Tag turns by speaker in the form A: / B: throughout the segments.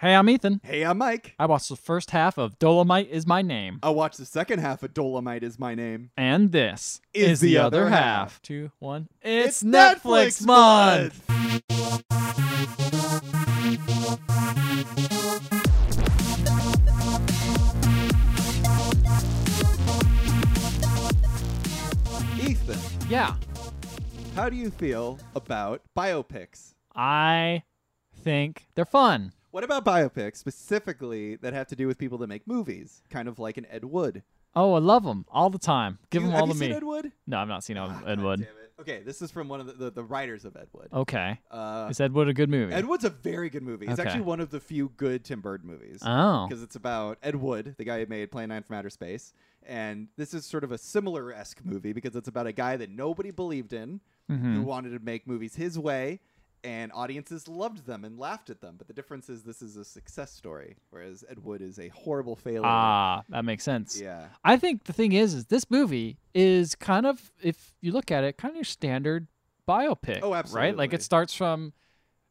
A: Hey, I'm Ethan.
B: Hey, I'm Mike.
A: I watched the first half of Dolomite is My Name.
B: I watched the second half of Dolomite is my name.
A: And this
B: Is the other half.
A: Two, one. It's, Netflix, month.
B: Ethan,
A: Yeah.
B: how do you feel about biopics?
A: I think they're fun.
B: What about biopics specifically that have to do with people that make movies, kind of like an Ed Wood?
A: Oh, I love them all the time. Give
B: You-
A: them
B: have
A: all
B: you
A: to
B: seen
A: me.
B: Ed Wood?
A: No, I've not seen
B: Ah,
A: Ed
B: God
A: Wood. Oh.
B: damn it. Okay, this is from one of the, the, the writers of Ed Wood.
A: Okay.
B: Uh,
A: Is Ed Wood a good movie?
B: Ed Wood's a very good movie. It's
A: Okay.
B: actually one of the few good Tim Burton movies.
A: Oh.
B: because it's about Ed Wood, the guy who made Plan 9 from Outer Space. And this is sort of a similar esque movie because it's about a guy that nobody believed in, who
A: Mhm.
B: wanted to make movies his way, and audiences loved them and laughed at them. But the difference is this is a success story, whereas Ed Wood is a horrible failure.
A: Ah, that makes sense.
B: Yeah.
A: I think the thing is, is this movie is kind of, if you look at it, kind of your standard biopic.
B: Oh,
A: Right? Like
B: absolutely.
A: it starts from,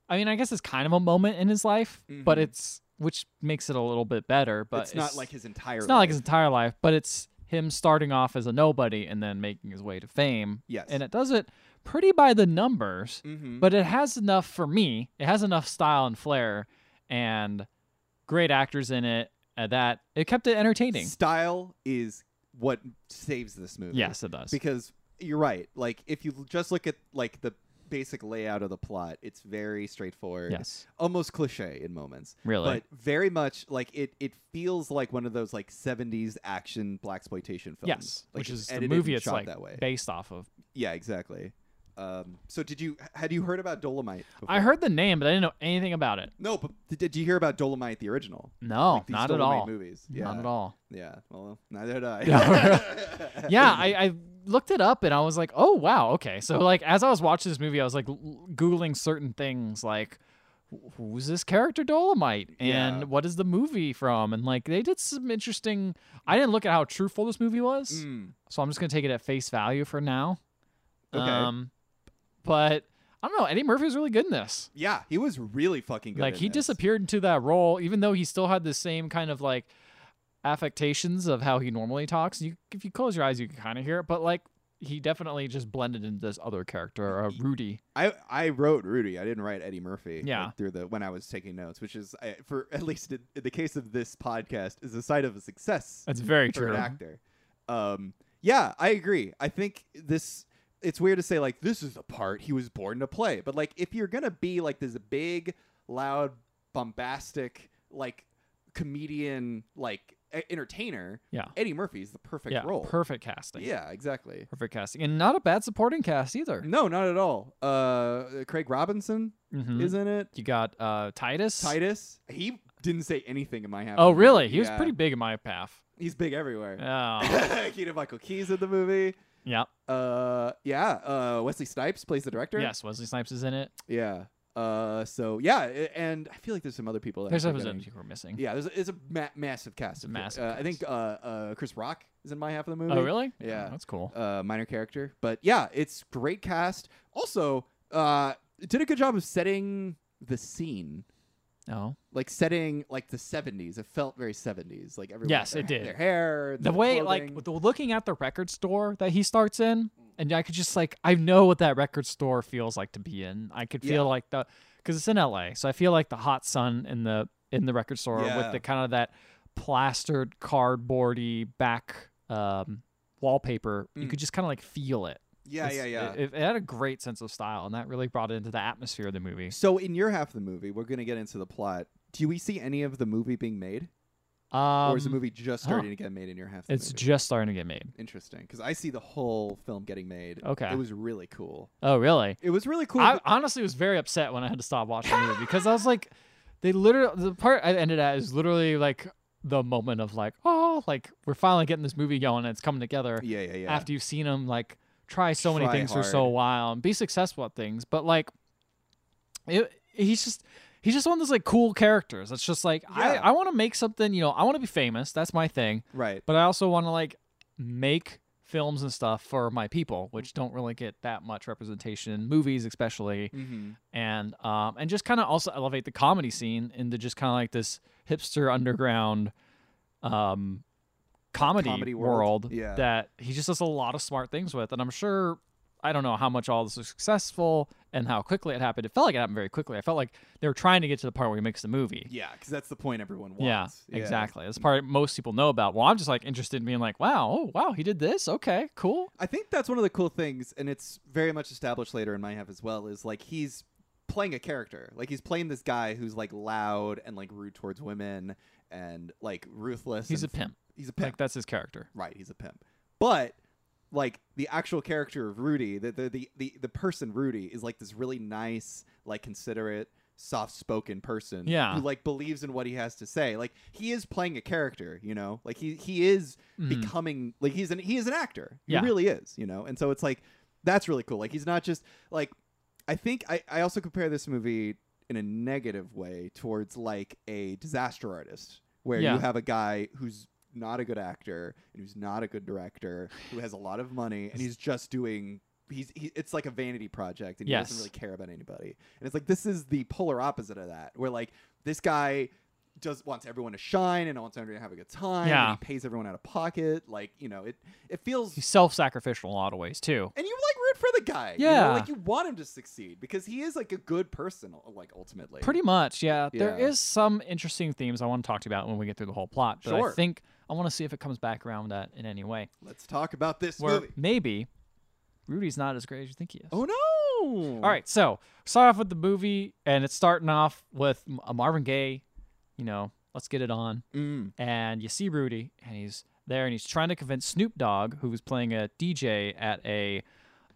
A: I mean, I guess it's kind of a moment in his life, but
B: Mhm.
A: it's which makes it a little bit better. But
B: it's, not like his entire.
A: it's not like his
B: life.
A: entire life, but it's him starting off as a nobody and then making his way to fame.
B: Yes.
A: And it does it pretty by the numbers,
B: Mhm.
A: but it has enough for me. It has enough style and flair, and great actors in it. Uh, that it kept it entertaining.
B: style is what saves this movie.
A: Yes, it does.
B: because you're right like if you just look at like the basic layout of the plot it's very straightforward
A: Yes,
B: almost cliche in moments
A: really.
B: but very much like it it feels like one of those like 70s action black exploitation films
A: yes,
B: like,
A: which
B: it's
A: is the
B: edited
A: movie.
B: and
A: It's
B: shot
A: like
B: that way
A: based off of.
B: yeah exactly um so did you had you heard about dolomite before?
A: I heard the name, but I didn't know anything about it.
B: no but did, did you hear about dolomite the original
A: No,
B: Like, these
A: not at
B: Dolomite
A: all.
B: movies yeah
A: Not at all.
B: yeah well neither did i
A: yeah, I, I looked it up and I was like, oh wow, okay. So like as I was watching this movie, I was like l- googling certain things like wh- who's this character Dolomite and
B: Yeah.
A: what is the movie from and like they did some interesting. I didn't look at how truthful this movie was,
B: Mm,
A: so I'm just gonna take it at face value for now.
B: Okay.
A: Um, but I don't know. Eddie Murphy was really good in this.
B: yeah he was really fucking good
A: like
B: in
A: he
B: this.
A: disappeared into that role, even though he still had the same kind of like affectations of how he normally talks. You, if you close your eyes, you can kind of hear it. But like, he definitely just blended into this other character, uh,
B: Y-
A: Rudy.
B: I, I wrote Rudy. I didn't write Eddie Murphy. like,
A: Yeah.
B: through the when I was taking notes, which is I, for at least in, in the case of this podcast, is a sign of a success
A: That's very
B: for
A: true.
B: an actor. Um, yeah, I agree. I think this. It's weird to say like this is the part he was born to play, but like if you're gonna be like this big, loud, bombastic, like comedian, like e- entertainer,
A: Yeah.
B: Eddie Murphy is the perfect
A: yeah,
B: role.
A: perfect casting.
B: yeah, exactly.
A: perfect casting, and not a bad supporting cast either.
B: No, not at all. Uh, Craig Robinson
A: Mhm.
B: is in it.
A: You got uh, Titus.
B: Titus, he didn't say anything in my half.
A: Oh,
B: of the
A: really?
B: movie.
A: He was
B: Yeah.
A: pretty big in my path.
B: He's big everywhere.
A: Oh,
B: Keaton Michael Key's in the movie.
A: yeah.
B: Uh, yeah. Uh, Wesley Snipes plays the director.
A: Yes, Wesley Snipes is in it.
B: Yeah. Uh, so yeah, i- and I feel like there's some other people. That
A: There's
B: I'm
A: others
B: forgetting.
A: we're missing.
B: Yeah, there's it's a ma- massive cast.
A: It's a
B: of-
A: massive
B: Uh, I think uh, uh, Chris Rock is in my half of the movie.
A: Oh, really?
B: Yeah.
A: that's cool.
B: Uh, minor character, but yeah, it's great cast. Also, uh, it did a good job of setting the scene.
A: Oh,
B: like setting like the 70s it felt very 70s like everyone
A: Yes,
B: their,
A: it did.
B: their hair
A: the
B: their
A: way
B: clothing.
A: like with the, looking at the record store that he starts in and i could just like i know what that record store feels like to be in i could feel
B: Yeah.
A: like the because it's in la so i feel like the hot sun in the in the record store
B: Yeah.
A: with the kind of that plastered cardboardy back um wallpaper you
B: Mm.
A: could just kind of like feel it
B: yeah yeah
A: It's-
B: yeah
A: it, it had a great sense of style and that really brought it into the atmosphere of the movie
B: so in your half of the movie we're gonna get into the plot do we see any of the movie being made
A: um
B: or is the movie just
A: huh.
B: starting to get made in your half of the
A: it's
B: movie?
A: just starting to get made
B: interesting because i see the whole film getting made
A: Okay.
B: it was really cool
A: oh really
B: it was really cool
A: I
B: but-
A: honestly was very upset when I had to stop watching the movie because I was like, they literally the part I ended at is literally like the moment of like, oh, like we're finally getting this movie going and it's coming together
B: yeah yeah yeah
A: after you've seen them like try so many
B: Try
A: things for so
B: hard.
A: while and be successful at things, but like, it, he's just. He's just one of those like cool characters. It's just like
B: Yeah.
A: I, I want to make something. You know, I want to be famous. That's my thing.
B: right
A: But I also want to like make films and stuff for my people, which don't really get that much representation in movies, especially,
B: Mm-hmm.
A: and um, and just kind of also elevate the comedy scene into just kind of like this hipster underground, um, comedy,
B: Comedy world.
A: world,
B: Yeah.
A: that he just does a lot of smart things with, and I'm sure. I don't know how much all this was successful and how quickly it happened. It felt like it happened very quickly. I felt like they were trying to get to the part where he makes the movie.
B: Yeah, because that's the point everyone
A: Yeah,
B: wants.
A: exactly. That's part most people know about. Well, I'm just like interested in being like, wow, oh wow, he did this. Okay, cool.
B: I think that's one of the cool things, and it's very much established later in my half as well. Is like he's playing a character, like he's playing this guy who's like loud and like rude towards women and like ruthless.
A: He's a
B: and
A: pimp.
B: He's a pimp.
A: Like that's his character.
B: right, he's a pimp. But like the actual character of Rudy, the the the the, the person Rudy is like this really nice, like considerate, soft-spoken person
A: Yeah.
B: who like believes in what he has to say. Like he is playing a character, you know? Like he he is
A: Mhm.
B: becoming like he's an he is an actor.
A: Yeah.
B: He really is, you know. And so it's like that's really cool. Like he's not just like I think I, I also compare this movie in a negative way towards like a disaster artist where you
A: Yeah.
B: have a guy who's not a good actor and who's not a good director who has a lot of money and he's just doing he's he, it's like a vanity project and he doesn't
A: Yes.
B: really care about anybody and it's like this is the polar opposite of that where like this guy does wants everyone to shine and wants everyone to have a good time
A: Yeah.
B: and he pays everyone out of pocket like you know it it feels
A: He's self-sacrificial in a lot of ways too.
B: and you like root for the guy you know?
A: Yeah.
B: like you want him to succeed because he is like a good person uh, like ultimately
A: Pretty much, yeah. There
B: Yeah.
A: is some interesting themes I want to talk to you about when we get through the whole plot, but
B: Sure.
A: I think I want to see if it comes back around that in any way.
B: let's talk about this
A: Where
B: movie
A: maybe Rudy's not as great as you think he is.
B: oh no
A: All right, so start off with the movie, and it's starting off with M- a Marvin Gaye, you know, let's get it on.
B: Mm.
A: and you see Rudy, and he's there, and he's trying to convince Snoop Dogg, who was playing a DJ at a,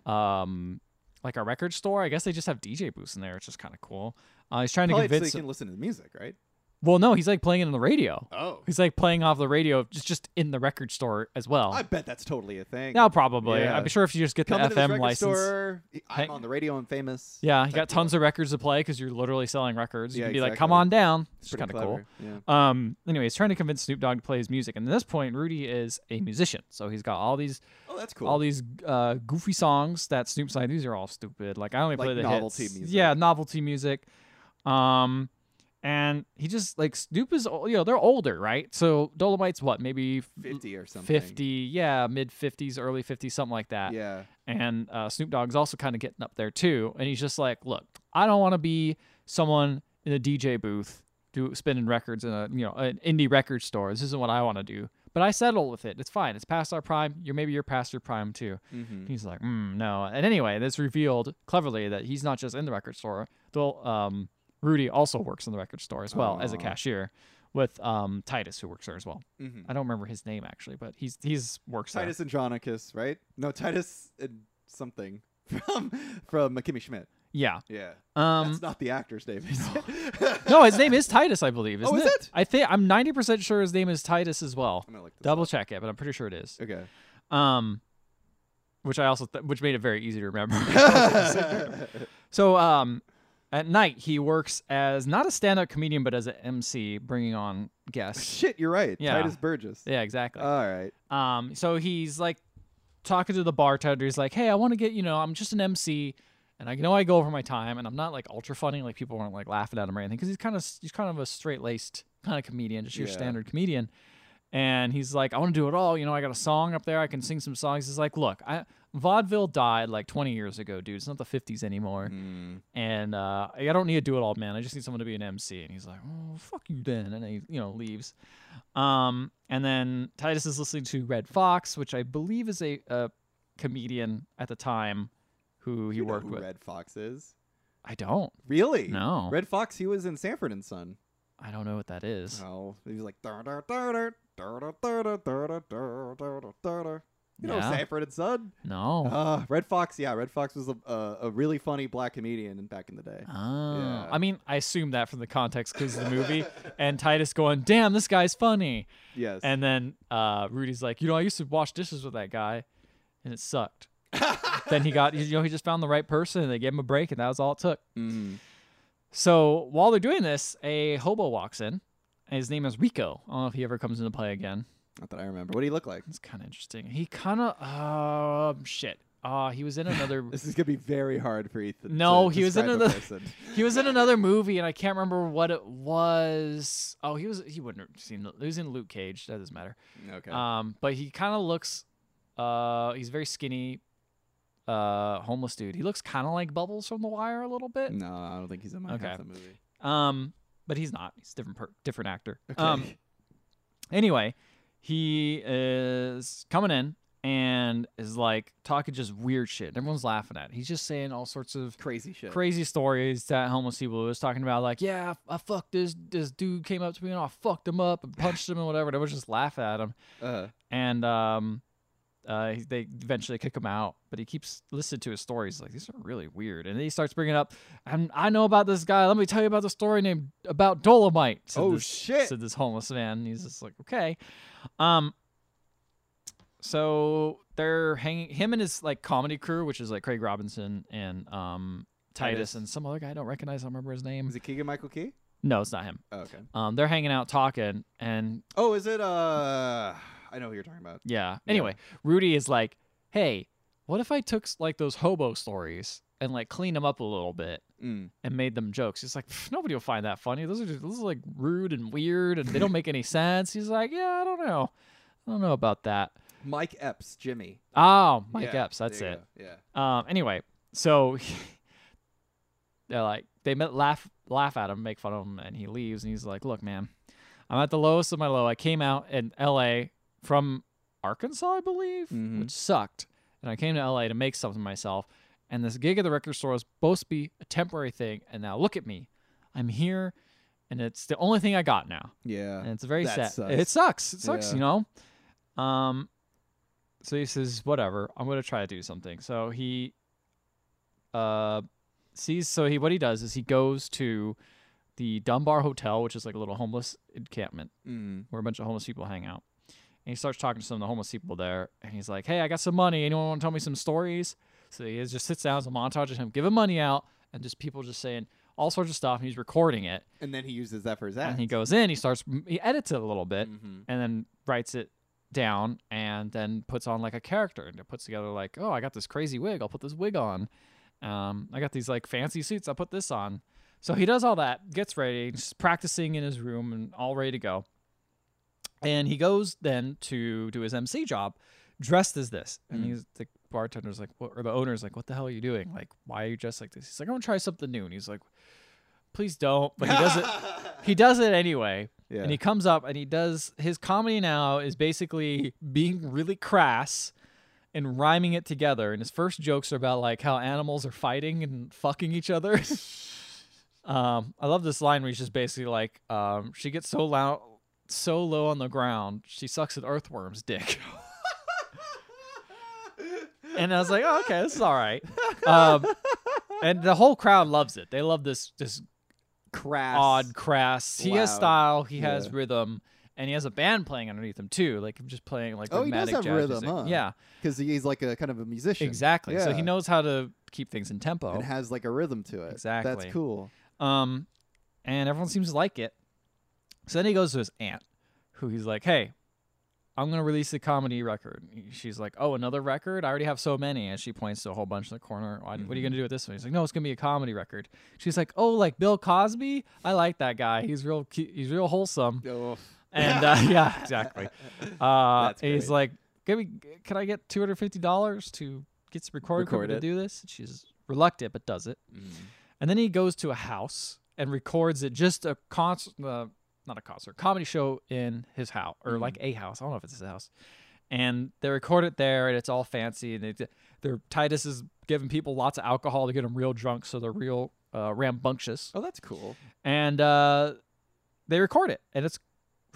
A: um, like a record store. I guess they just have DJ booths in there, which is kind of cool. Uh, he's trying to
B: Probably so
A: convince.
B: you can listen to the music right
A: well, no, he's like playing it on the radio.
B: oh
A: He's like playing off the radio, just just in the record store as well.
B: i bet that's totally a thing
A: now probably,
B: Yeah.
A: I'm sure if you just get
B: Come
A: the
B: into this
A: FM
B: record
A: license.
B: store. I'm
A: Hang-
B: on the radio and famous.
A: Yeah, he
B: Type
A: got tons of records to play because you're literally selling records. You
B: Yeah,
A: can be like, "Come
B: exactly.
A: on down,"
B: It's
A: which is kind of cool.
B: Yeah.
A: Um, anyway, he's trying to convince Snoop Dogg to play his music, and at this point, Rudy is a musician, so he's got all these
B: Oh, that's cool.
A: all these uh, goofy songs that Snoop's like, these are all stupid. Like I only
B: Like
A: play the
B: novelty
A: hits.
B: music.
A: Yeah, novelty music. Um, and he just like Snoop is o- you know they're older, right? So Dolomite's what maybe
B: fifty or something.
A: fifty, yeah, mid fifties, early fifties, something like that.
B: Yeah.
A: And uh, Snoop Dogg's also kind of getting up there too, and he's just like, look, I don't want to be someone in a DJ booth. Do, spinning records in a you know an indie record store. This isn't what I want to do, but I settle with it. It's fine. It's past our prime. You're maybe you're past your prime too.
B: Mm-hmm.
A: He's like, mm, no. And anyway, that's revealed cleverly that he's not just in the record store. Though um, Rudy also works in the record store as well as a
B: Aw.
A: cashier with um, Titus, who works there as well.
B: Mm-hmm.
A: I don't remember his name actually, but he's he's works
B: Titus Andronicus, right? No, Titus and something from from uh, Kimmy Schmidt.
A: there. Yeah.
B: Yeah.
A: Um,
B: that's not the actor's name. is it?
A: no, his name is Titus, I believe. Isn't
B: Oh, is it?
A: I think I'm 90% sure his name is Titus as well.
B: I'm gonna look this
A: Double check it, but I'm pretty sure it is.
B: up. Okay.
A: Um, which I also th- which made it very easy to remember. So um, at night he works as not a stand-up comedian but as an MC, bringing on guests.
B: Shit, you're right.
A: Yeah.
B: Titus Burgess.
A: yeah, exactly.
B: All right.
A: um, so he's like talking to the bartender. He's like, "Hey, I want to get you know, I'm just an MC, and I know I go over my time, and I'm not like ultra funny. Like people weren't like laughing at him or anything because he's kind of he's kind of a straight laced kind of comedian, just your
B: Yeah.
A: standard comedian." And he's like, I want to do it all. You know, I got a song up there. I can sing some songs. He's like, look, I, vaudeville died like 20 years ago, dude. It's not the 50s anymore
B: Mm.
A: and uh, I don't need to do it all, man. I just need someone to be an MC. And he's like, oh, fuck you then. And he, you know, leaves. Um, and then Titus is listening to Red Fox, which I believe is a, a comedian at the time who he
B: You know
A: worked
B: who
A: with.
B: Red Fox is.
A: I don't.
B: Really?
A: No.
B: Red Fox. He was in Sanford and Son.
A: I don't know what that is.
B: Oh, he was like "Dur, dur, dur, dur, dur, dur, dur, dur, dur, dur, dur, dur, dur, dur, dur." You know
A: Yeah. Oh.
B: Sanford and Son.
A: No.
B: Uh, Red Fox, yeah, Red Fox was a, a, a really funny black comedian in- back in the day.
A: Oh.
B: Yeah.
A: I mean, I assume that from the context because of the movie and Titus going, damn, this guy's funny.
B: Yes.
A: And then uh, Rudy's like, you know, I used to wash dishes with that guy and it sucked. then he got, you know, he just found the right person and they gave him a break and that was all it took.
B: Mm.
A: So while they're doing this, a hobo walks in. And his name is Rico. I don't know if he ever comes into play again.
B: Not that I remember. What do you look like?
A: It's kind of interesting. He kind of um shit. Uh, he was in another.
B: This is gonna be very hard for Ethan.
A: No,
B: to
A: he was in
B: describe a
A: another-
B: person.
A: he was in another movie, and I can't remember what it was. Oh, he was. He wouldn't have seen. He was in Luke Cage. That doesn't matter.
B: Okay.
A: Um, but he kind of looks. Uh, he's very skinny. Uh, homeless dude. He looks kind of like Bubbles from The Wire a little bit.
B: no, I don't think he's in my
A: okay.
B: half the movie.
A: Um, but he's not. He's a different per- different actor. Um, anyway, he is coming in and is like talking just weird shit. and Everyone's laughing at. It. He's just saying all sorts of
B: crazy shit.
A: crazy stories that homeless people was talking about. Like, yeah, I, I fucked this this dude came up to me and I fucked him up and punched him and whatever. And everyone's just laughing at him.
B: uh,
A: And um, uh, he- they eventually kick him out. But he keeps listening to his stories. Like these are really weird. And then he starts bringing up, and I know about this guy. Let me tell you about the story named about Dolomite. said
B: Oh,
A: this-
B: shit.
A: Said this homeless man. And he's just like, okay. Um, so they're hanging him and his like comedy crew, which is like Craig Robinson and um Titus,
B: Titus.
A: and some other guy I don't recognize. I don't remember his name.
B: is it Keegan Michael Key?
A: No, it's not him.
B: Oh, okay.
A: Um, they're hanging out talking, and
B: Oh, is it? Uh, I know who you're talking about.
A: yeah.
B: Yeah.
A: Anyway, Rudy is like, "Hey, what if I took like those hobo stories and like cleaned them up a little bit?"
B: Mm.
A: And made them jokes. He's like, "Pff, nobody will find that funny. Those are just, those are like rude and weird, and they don't make any sense. He's like, yeah, I don't know, I don't know about that.
B: Mike Epps, Jimmy.
A: Oh, Mike
B: Yeah,
A: Epps, that's
B: there
A: it.
B: you go. Yeah.
A: Um. Anyway, so they're like they met laugh laugh at him, make fun of him, and he leaves. And he's like, "Look, man, I'm at the lowest of my low. I came out in L.A. from Arkansas, I believe,
B: Mhm.
A: which sucked, and I came to L.A. to make something of myself. And this gig at the record store was supposed to be a temporary thing, and now look at me, I'm here, and it's the only thing I got now.
B: Yeah.
A: And it's very
B: That
A: sad.
B: sucks.
A: It sucks. It sucks,
B: Yeah.
A: you know. Um so he says, Whatever, I'm gonna try to do something. So he uh sees so he what he does is he goes to the Dunbar Hotel, which is like a little homeless encampment
B: Mm.
A: where a bunch of homeless people hang out. And he starts talking to some of the homeless people there and he's like, Hey, I got some money. Anyone wanna tell me some stories? So he just sits down, it's a montage of him giving money out and just people just saying all sorts of stuff and he's recording it.
B: And then he uses that for his act.
A: And he goes in, he starts he edits it a little bit
B: Mhm.
A: and then writes it down and then puts on like a character and it puts together like oh i got this crazy wig i'll put this wig on um i got these like fancy suits i'll put this on so he does all that gets ready just practicing in his room and all ready to go and he goes then to do his mc job dressed as this and
B: Mm.
A: he's the bartender's like what, or the owner's like what the hell are you doing like why are you dressed like this he's like i want to try something new and he's like please don't but he does it he does it anyway
B: yeah.
A: and he comes up and he does his comedy now is basically being really crass and rhyming it together. And his first jokes are about like how animals are fighting and fucking each other. um, I love this line where he's just basically like, um, she gets so loud, so low on the ground, she sucks an earthworm's dick. and I was like, oh, okay, this is all right. Um, and the whole crowd loves it. They love this this
B: crass.
A: odd crass. He has
B: Loud.
A: style, he has
B: Yeah.
A: rhythm, and he has a band playing underneath him too, like just playing like
B: Oh, he does
A: rhythmatic
B: have
A: jazz
B: rhythm,
A: music.
B: huh?
A: Yeah,
B: because he's like a kind of a musician.
A: exactly. So he
B: Yeah.
A: knows how to keep things in tempo.
B: And has like a rhythm to it.
A: Exactly.
B: That's cool.
A: um, and everyone seems to like it. So then he goes to his aunt, who he's like, "Hey, I'm gonna release a comedy record." She's like, "Oh, another record? I already have so many." And she points to a whole bunch in the corner. Why, What are
B: Mm-hmm.
A: you gonna do with this one? He's like, "No, it's gonna be a comedy record." She's like, "Oh, like Bill Cosby? I like that guy. He's real. cu- He's real wholesome."
B: Oh.
A: And uh, yeah, exactly. Uh,
B: That's
A: he's
B: great.
A: like, "Can we? Can I get two hundred fifty dollars to get some recording
B: Record
A: equipment to
B: it.
A: do this?" And she's reluctant, but does it.
B: Mm.
A: And then he goes to a house and records it. Just a concert, uh, not a concert, comedy show in his house or like
B: Mm-hmm.
A: a house. I don't know if it's his house. And they record it there, and it's all fancy. And they, they're Titus is giving people lots of alcohol to get them real drunk, so they're real uh, rambunctious.
B: Oh, that's cool.
A: And uh, they record it, and it's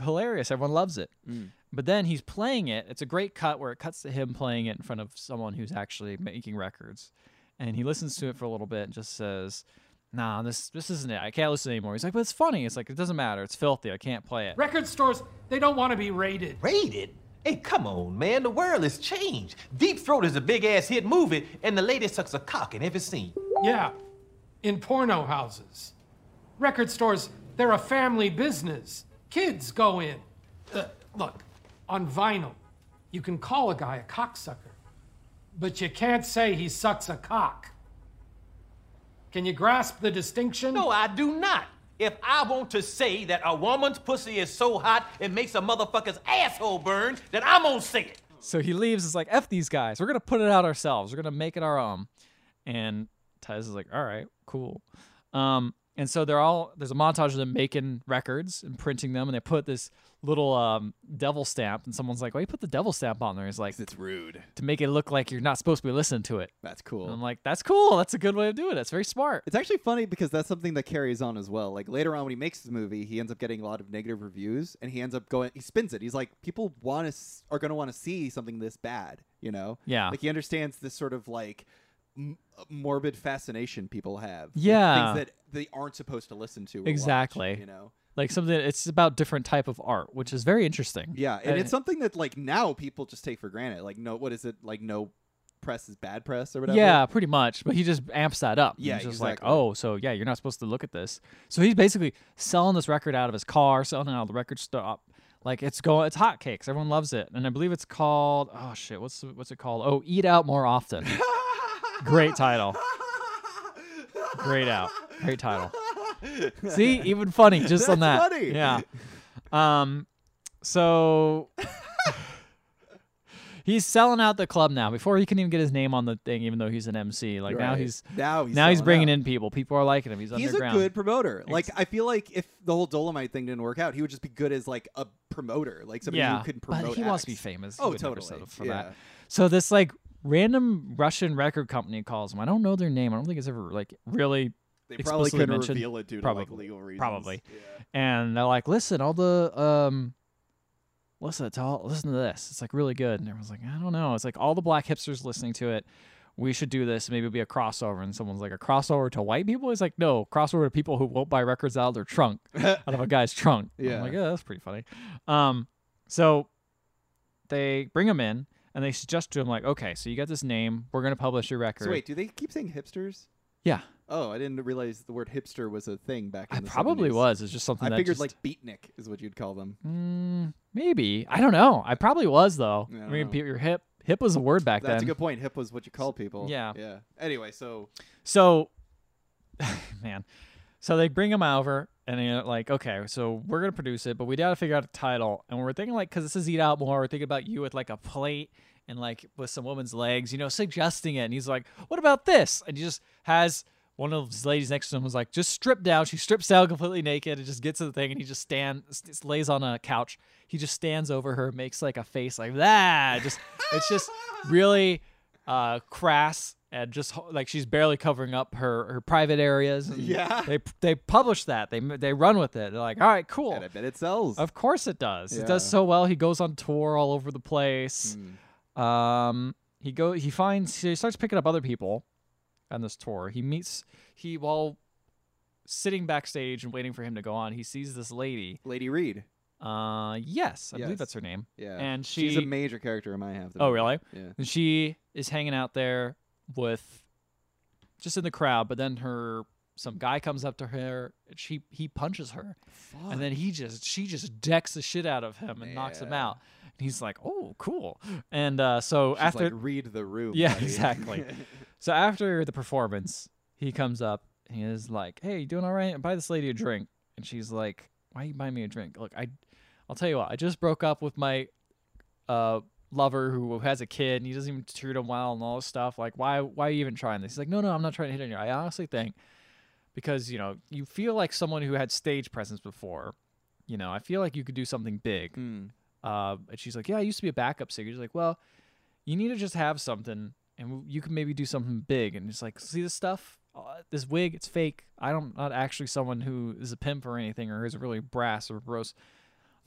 A: hilarious. Everyone loves it.
B: Mm.
A: But then he's playing it. It's a great cut where it cuts to him playing it in front of someone who's actually making records. And he listens to it for a little bit and just says, Nah, this this isn't it. I can't listen anymore. He's like, But it's funny. It's like it doesn't matter. It's filthy. I can't play it.
C: Record stores, they don't want to be raided.
D: Rated? Hey, come on, man. The world has changed. Deep Throat is a big ass hit movie, and the lady sucks a cock in every scene.
C: Yeah, in porno houses. Record stores, they're a family business. Kids go in. Uh, look, on vinyl. You can call a guy a cocksucker, but you can't say he sucks a cock. Can you grasp the distinction?
D: No, I do not. If I want to say that a woman's pussy is so hot it makes a motherfucker's asshole burn, then I'm gonna say it.
A: So he leaves. It's like f these guys. We're gonna put it out ourselves. We're gonna make it our own. And Tez is like, all right, cool. Um, and so they're all there's a montage of them making records and printing them, and they put this little um, devil stamp. And someone's like, why you put the devil stamp on there? He's like,
B: It's rude.
A: to make it look like you're not supposed to be listening to it.
B: That's
A: And I'm
B: cool.
A: like, that's cool. That's a good way of doing it. That's very smart.
B: It's actually funny because that's something that carries on as well. Like later on when he makes the movie, he ends up getting a lot of negative reviews and he ends up going he spins it. He's like people want to are going to want to see something this bad, you know?
A: Yeah.
B: Like he understands this sort of like m- uh, morbid fascination people have. with
A: Yeah.
B: Things that they aren't supposed to listen to. or watch,
A: Exactly.
B: you know.
A: Like something. It's about different type of art, which is very interesting.
B: Yeah, and
A: Uh,
B: it's something that like now people just take for granted. Like no, what is it? Like no press is bad press or whatever.
A: Yeah, pretty much. But he just amps that up.
B: Yeah,
A: he's just
B: exactly.
A: like, oh, so yeah, you're not supposed to look at this. So he's basically selling this record out of his car, selling it out of the record store. Like it's going, it's hotcakes. Everyone loves it, and I believe it's called. Oh shit, what's what's it called? Oh, eat out more often. Great title. Great out. Great title. See, even funny just on
B: That's
A: that.
B: funny.
A: Yeah. Um. So he's selling out the club now. Before he can even get his name on the thing, even though he's an MC. Like now
B: Right.
A: he's
B: now he's
A: now he's
B: selling
A: bringing
B: out.
A: in people. People are liking him. He's,
B: He's a
A: underground.
B: good promoter. Like I feel like if the whole Dolomite thing didn't work out, he would just be good as like a promoter, like somebody
A: yeah,
B: who could promote.
A: but he wants to be
B: acts.
A: famous. He
B: Oh,
A: would never
B: totally.
A: settle for
B: yeah.
A: that. So this like random Russian record company calls him. I don't know their name. I don't think it's ever like really
B: They probably
A: explicitly
B: couldn't
A: mentioned.
B: reveal it due to like
A: Probably.
B: legal reasons.
A: Probably.
B: Yeah.
A: and they're like, "Listen, all the um, listen to all, listen to this. It's like really good." And everyone's like, "I don't know." It's like all the black hipsters listening to it. We should do this. Maybe it'll be a crossover. And someone's like, "A crossover to white people?" He's like, "No, crossover to people who won't buy records out of their trunk, out of a guy's trunk."
B: Yeah.
A: I'm like, "Yeah, that's pretty funny." Um, so they bring him in and they suggest to him like, "Okay, so you got this name. We're gonna publish your record."
B: So wait, do they keep saying hipsters?
A: yeah,
B: Oh, I didn't realize the word hipster was a thing back in
A: I
B: the
A: probably
B: 70s.
A: was. It's just something
B: I
A: that
B: figured
A: just-
B: like beatnik is what you'd call them.
A: Mm, maybe I don't know. I probably was though.
B: Yeah, I
A: I,
B: don't
A: mean,
B: know.
A: pe- your hip hip was a word back
B: That's a
A: then.
B: good point. Hip was what you called people.
A: yeah.
B: Yeah. Anyway, so
A: So, man, so they bring him over and they're like, okay, so we're gonna produce it, but we gotta figure out a title. And we're thinking like, cause this is eat out more. We're thinking about you with like a plate and like with some woman's legs, you know, suggesting it. And he's like, what about this? And he just has. One of his ladies next to him was like, just strip down. She strips down completely naked and just gets to the thing, and he just stands, lays on a couch. He just stands over her, makes like a face like that. Just, it's just really uh, crass and just ho- like she's barely covering up her, her private areas. And
B: Yeah.
A: they they publish that. They they run with it. They're like, all right, cool.
B: and I bet it sells.
A: Oh. Of course it does. It
B: Yeah.
A: does so well. He goes on tour all over the place.
B: Hmm.
A: Um, he go he finds he starts picking up other people on this tour. He meets he while sitting backstage and waiting for him to go on. He sees this lady.
B: Lady Reed.
A: Uh, yes, I
B: Yes.
A: believe that's her name.
B: Yeah.
A: And
B: she's a
A: she-
B: major character in my half. the
A: Oh,
B: movie.
A: really?
B: Yeah.
A: And she is hanging out there with just in the crowd, but then her some guy comes up to her and she he punches her. And then he just she just decks the shit out of him and knocks him
B: Yeah.
A: out. And he's like, "Oh, cool." And uh, so
B: She's
A: after
B: like, read the room.
A: yeah,
B: buddy."
A: exactly. so after the performance, he comes up and he is like, "Hey, you doing all right? buy this lady a drink." And she's like, "Why you buy me a drink? Look, I, I'll tell you what. I just broke up with my, uh, lover who has a kid and he doesn't even treat him well and all this stuff. Like, why, why are you even trying this?" He's like, "No, no, I'm not trying to hit on you. I honestly think, because you know, you feel like someone who had stage presence before." You know, I feel like you could do something big.
B: Mm.
A: Uh, and she's like, "Yeah, I used to be a backup singer." He's like, "Well, you need to just have something, and w- you can maybe do something big." And it's like, "See this stuff? Uh, this wig? It's fake. I don't not actually someone who is a pimp or anything, or is really brass or gross.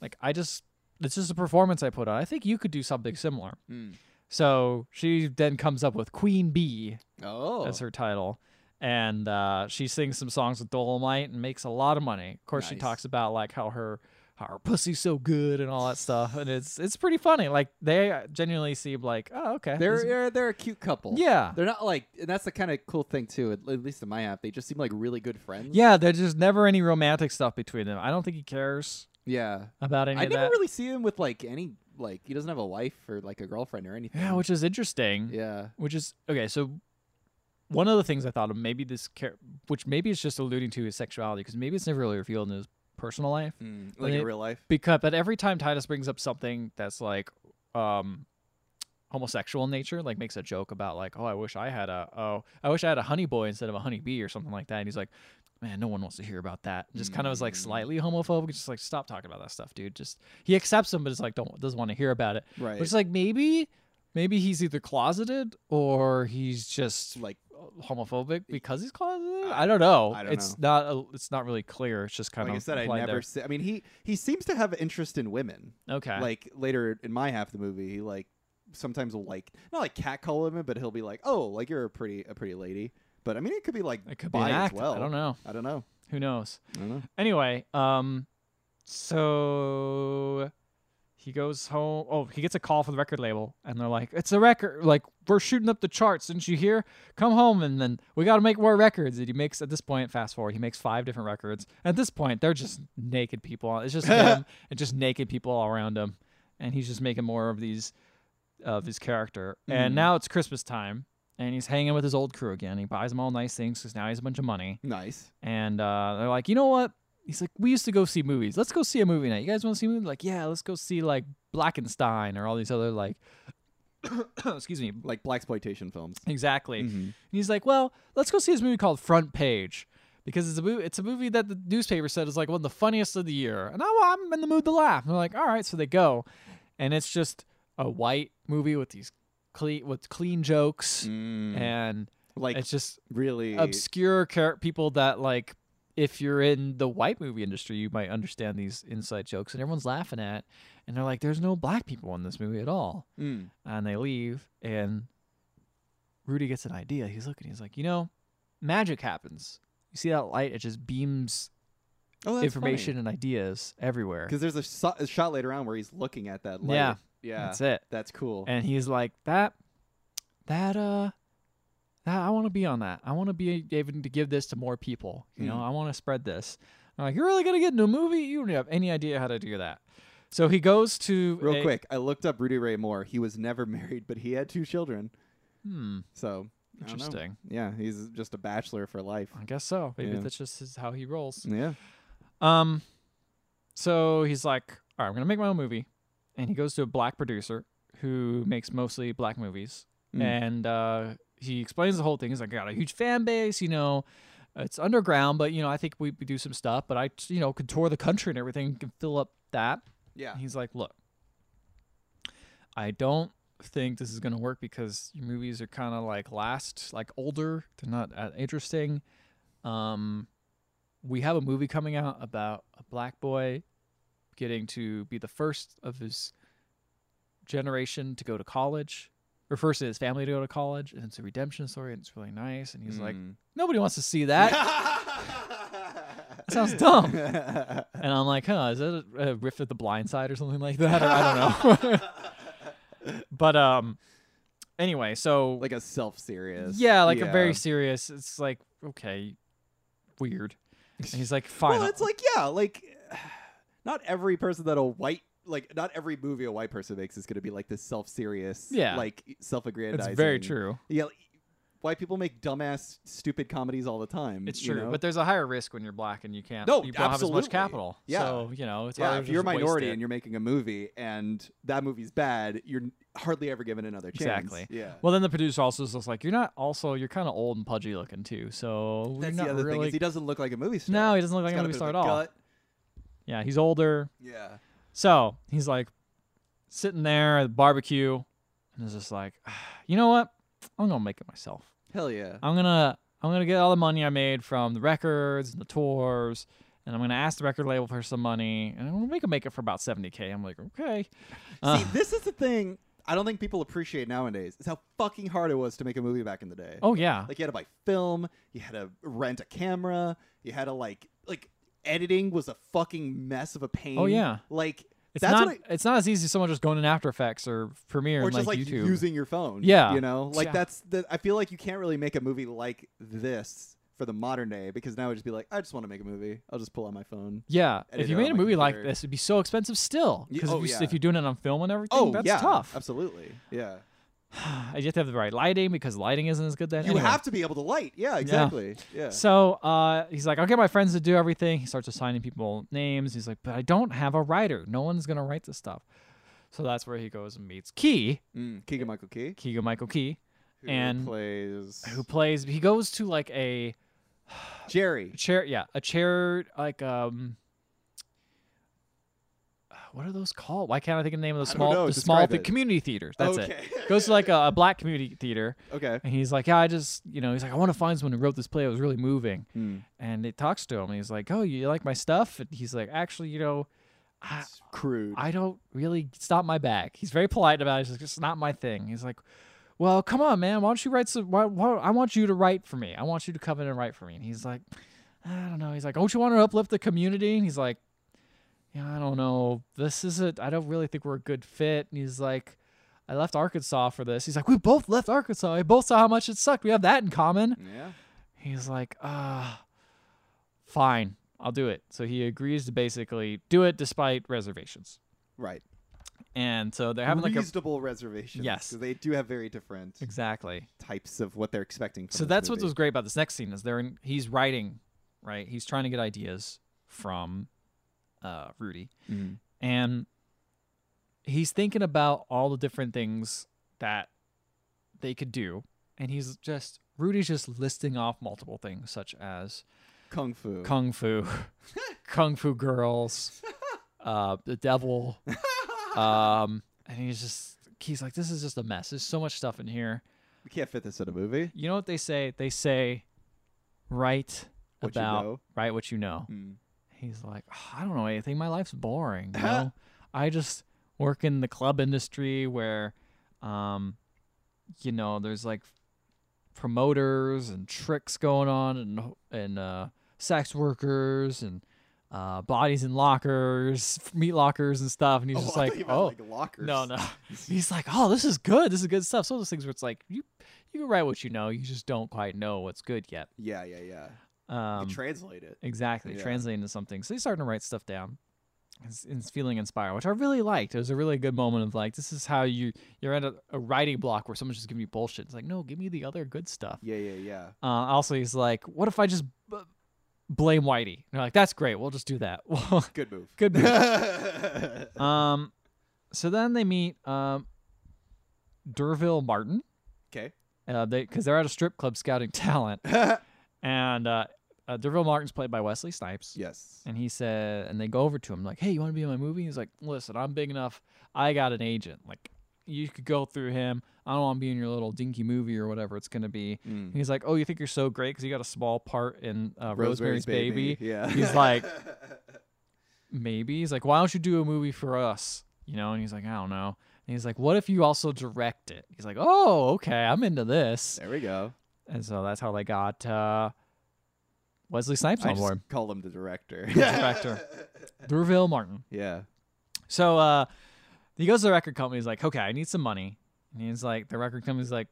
A: Like I just it's just a performance I put on. I think you could do something similar."
B: Mm.
A: So she then comes up with Queen Bee
B: Oh.
A: as her title. And uh, she sings some songs with Dolomite and makes a lot of money. Of course, she
B: Nice.
A: talks about like how her how her pussy's so good and all that stuff, and it's it's pretty funny. Like they uh, genuinely seem like oh okay,
B: They're,
A: this-
B: they're they're a cute couple.
A: Yeah.
B: They're not like, and that's the kind of cool thing too. At, at least in my app, they just seem like really good friends.
A: yeah. There's just never any romantic stuff between them. I don't think he cares
B: Yeah.
A: about any
B: I
A: of
B: never
A: that.
B: really see him with like any like he doesn't have a wife or like a girlfriend or anything.
A: Yeah, which is interesting.
B: yeah.
A: Which is okay. So one of the things I thought of maybe this care, which maybe it's just alluding to his sexuality, because maybe it's never really revealed in his personal life.
B: Mm, like
A: They-
B: in real life.
A: Because but every time Titus brings up something that's like um homosexual in nature, like makes a joke about like, oh, I wish I had a oh, I wish I had a honey boy instead of a honey bee or something like that. And he's like, man, no one wants to hear about that. Just kind of
B: Mm.
A: was like slightly homophobic. Just like stop talking about that stuff, dude. Just he accepts him, but it's like don't doesn't want to hear about it.
B: Right.
A: Which is like maybe. Maybe he's either closeted or he's just
B: Like
A: homophobic because he's closeted. I don't know.
B: I don't
A: it's not. A, it's not really clear. It's just kind
B: like
A: of
B: I said, I
A: implied
B: never.
A: there.
B: Se- I mean, he he seems to have interest in women.
A: Okay.
B: Like later in my half of the movie, he like sometimes will like not like catcall women, but he'll be like, "Oh, like you're a pretty a pretty lady." But I mean, it could be like
A: It could be
B: bi
A: an
B: as
A: act.
B: well.
A: I don't know.
B: I don't know.
A: Who knows?
B: I don't know.
A: Anyway, um, so he goes home. Oh, he gets a call from the record label, and they're like, "It's a record. Like we're shooting up the charts. Didn't you hear? Come home, and then we got to make more records." And he makes at this point, fast forward, he makes five different records. At this point, they're just naked people. It's just him and just naked people all around him, and he's just making more of these of his character. And now it's Christmas time. And he's hanging with his old crew again. He buys them all nice things because now he has a bunch of money
B: Nice.
A: and uh, they're like, you know what? He's like, we used to go see movies. Let's go see a movie night. You guys want to see a movie? Like, yeah, let's go see like Blackenstein or all these other like, excuse me,
B: Like black exploitation films.
A: exactly. And he's like, well, let's go see this movie called Front Page because it's a movie. It's a movie that the newspaper said is like one of the funniest of the year, and I, I'm in the mood to laugh. And they're like, all right, so they go, and it's just a white movie with these clean with clean jokes and
B: Like
A: Mm. it's just
B: really
A: obscure char- people that like if you're in the white movie industry you might understand these inside jokes and everyone's laughing at and they're like there's no black people in this movie at all
B: Mm.
A: and they leave and rudy gets an idea he's looking he's like you know magic happens you see that light it just beams
B: oh, that's
A: information and ideas everywhere
B: Because there's a, so- a shot later on where he's looking at that. Light.
A: Yeah.
B: Yeah.
A: that's it
B: That's cool.
A: and he's like that that uh that I want to be on that. I want to be able to give this to more people. You
B: Hmm.
A: know, I want to spread this. I'm like, you're really gonna get into a movie? You don't have any idea how to do that. So he goes to
B: Real
A: a-
B: quick, I looked up Rudy Ray Moore. He was never married, but he had two children. Hmm. So I don't know.
A: Interesting.
B: Yeah, he's just a bachelor for life.
A: I guess so. Maybe
B: Yeah.
A: that's just his, how he rolls.
B: Yeah.
A: Um, so he's like, all right, I'm gonna make my own movie, and he goes to a black producer who makes mostly black movies, and uh, he explains the whole thing. He's like, I got a huge fan base, you know, it's underground, but you know, I think we, we do some stuff, but I, you know, could tour the country and everything, can fill up that.
B: Yeah.
A: He's like, look, I don't think this is going to work because your movies are kind of like last, like older. They're not uh, interesting. Um, we have a movie coming out about a black boy getting to be the first of his generation to go to college, or first of his family to go to college, and it's a redemption story, and it's really nice. And he's like, nobody wants to see that. That sounds dumb. and I'm like, huh, is that a, a riff at the blind side or something like that? Or I don't know. but um anyway, so
B: like a self-serious.
A: yeah, like a very serious it's like, okay, weird. And he's like, fine.
B: Well,
A: I'll-
B: it's like yeah, like not every person that a white like not every movie a white person makes is going to be like this self-serious.
A: Yeah.
B: Like self-aggrandizing.
A: it's very true.
B: Yeah. like, White people make dumbass, stupid comedies all the time.
A: It's
B: you
A: true.
B: know?
A: But there's a higher risk when you're black and you can't
B: No,
A: you don't have as
B: absolutely.
A: much capital.
B: Yeah.
A: So, you know, it's
B: yeah,
A: harder
B: if
A: to
B: you're a
A: just waste
B: minority
A: it.
B: and you're making a movie and that movie's bad, you're n- hardly ever given another chance.
A: Exactly.
B: Yeah.
A: Well, then the producer also is just like, "You're not. Also, you're kind of old and pudgy looking too. So
B: that's
A: you're
B: the
A: not
B: other thing
A: really.
B: is he doesn't look like a movie star.
A: No, he doesn't look like
B: He's
A: a
B: got
A: movie
B: bit
A: star
B: of
A: at all.
B: gut.
A: yeah, he's older.
B: Yeah.
A: So he's like sitting there at the barbecue and is just like, "Ah, you know what? I'm gonna make it myself.
B: Hell yeah.
A: I'm gonna I'm gonna get all the money I made from the records and the tours, and I'm gonna ask the record label for some money, and I'm gonna make 'em make it for about 70k. I'm like, okay,
B: See, this is the thing I don't think people appreciate nowadays is how fucking hard it was to make a movie back in the day.
A: oh yeah,
B: Like you had to buy film, you had to rent a camera, you had to like like editing was a fucking mess of a pain.
A: Oh, yeah.
B: Like
A: it's
B: that's
A: not
B: what I,
A: it's not as easy as someone just going in After Effects or Premiere
B: or
A: and
B: just
A: like,
B: like
A: YouTube.
B: using your phone.
A: Yeah.
B: you know, like
A: Yeah.
B: that's the. I feel like you can't really make a movie like this for the modern day because now I'd just be like, I just want to make a movie. I'll just pull out my phone.
A: Yeah,
B: Edit
A: if you
B: it on
A: made a
B: my
A: movie like
B: computer.
A: this, it'd be so expensive still.
B: Ye-
A: Because
B: oh,
A: if, you, s-
B: yeah.
A: if you're doing it on film and everything,
B: Oh,
A: that's
B: yeah,
A: tough.
B: Absolutely, yeah.
A: And you have to have the right lighting because lighting isn't as good then.
B: You
A: anyway.
B: have to be able to light. Yeah, exactly. Yeah.
A: So uh, he's like, I'll get my friends to do everything. He starts assigning people names. He's like, but I don't have a writer. No one's gonna write this stuff. So that's where he goes and meets Key,
B: mm, Keegan Michael Key,
A: Keegan Michael Key,
B: who
A: and
B: plays
A: who plays. He goes to like a
B: Jerry.
A: chair. Yeah, a chair. Like um, what are those called? Why can't I think of the name of the
B: I don't
A: small
B: know.
A: the small
B: Describe
A: the
B: it.
A: community theaters? That's
B: Okay.
A: it. Goes to like a, a black community theater.
B: Okay.
A: And he's like, yeah, I just, you know, he's like, I want to find someone who wrote this play. It was really moving. And it talks to him. And he's like, oh, you like my stuff? And he's like, actually, you know, I,
B: It's crude.
A: I don't really, it's not my bag. He's very polite about it. He's like, it's not my thing. He's like, well, come on, man. Why don't you write some, why, why, I want you to write for me. I want you to come in and write for me. And he's like, I don't know. He's like, don't you want to uplift the community? And he's like, yeah, I don't know. This isn't, I don't really think we're a good fit. And he's like, I left Arkansas for this. He's like, we both left Arkansas. We both saw how much it sucked. We have that in common.
B: yeah.
A: He's like, uh, fine, I'll do it. So he agrees to basically do it despite reservations.
B: Right.
A: And so they're having like a.
B: Reasonable reservations.
A: Yes.
B: 'cause They do have very different
A: Exactly.
B: types of what they're expecting. From
A: So
B: this
A: that's what
B: movie.
A: was great about this next scene is they're in, he's writing, right? He's trying to get ideas from uh, Rudy,
B: Mhm.
A: and he's thinking about all the different things that they could do, and he's just Rudy's just listing off multiple things such as
B: kung fu.
A: kung fu, kung fu girls, uh, the devil. Um, and he's just he's like, this is just a mess. There's so much stuff in here.
B: we can't fit this in a movie.
A: You know what they say? They say, write
B: What you
A: about
B: know. Hmm.
A: write what you know. He's like, "Oh, I don't know anything. My life's boring. You know? I just work in the club industry where, um, you know, there's like promoters and tricks going on and and uh, sex workers and uh, bodies in lockers, meat lockers and stuff. And he's
B: Oh,
A: just
B: I
A: like,
B: thought you meant,
A: oh,
B: like lockers.
A: no, no. He's like, oh, this is good. This is good stuff. So those things where it's like you you can write what you know, you just don't quite know what's good yet.
B: Yeah, yeah, yeah.
A: Um,
B: you translate it.
A: exactly,
B: yeah.
A: translating to something. So he's starting to write stuff down. And s- and feeling inspired, which I really liked. It was a really good moment of like, this is how you you're at a, a writing block where someone's just giving you bullshit. It's like, no, give me the other good stuff.
B: Yeah, yeah, yeah.
A: Uh, also, he's like, what if I just b- blame Whitey? And they're like, that's great. We'll just do that. Well,
B: Good move.
A: good. move.
B: Good.
A: um, so then they meet um, Derville Martin,
B: okay.
A: uh, they because they're at a strip club scouting talent, and uh, uh, Derville Martin's played by Wesley Snipes.
B: Yes.
A: And he said, and they go over to him like, "Hey, you want to be in my movie?" He's like, "Listen, I'm big enough. I got an agent. Like, you could go through him. I don't want to be in your little dinky movie or whatever it's gonna be."
B: Mm.
A: And He's like, "Oh, you think you're so great because you got a small part in uh, Rosemary's,
B: Rosemary's
A: Baby?"
B: Baby, yeah.
A: He's like, "Maybe." He's like, "Why don't you do a movie for us?" You know? And he's like, "I don't know." And he's like, "What if you also direct it?" He's like, "Oh, okay. I'm into this."
B: There we go.
A: And so that's how they got uh, Wesley Snipes
B: I
A: on
B: just
A: board,
B: call him the director.
A: director. Durville Martin.
B: yeah.
A: So uh, he goes to the record company. He's like, okay, I need some money. And he's like, the record company's like,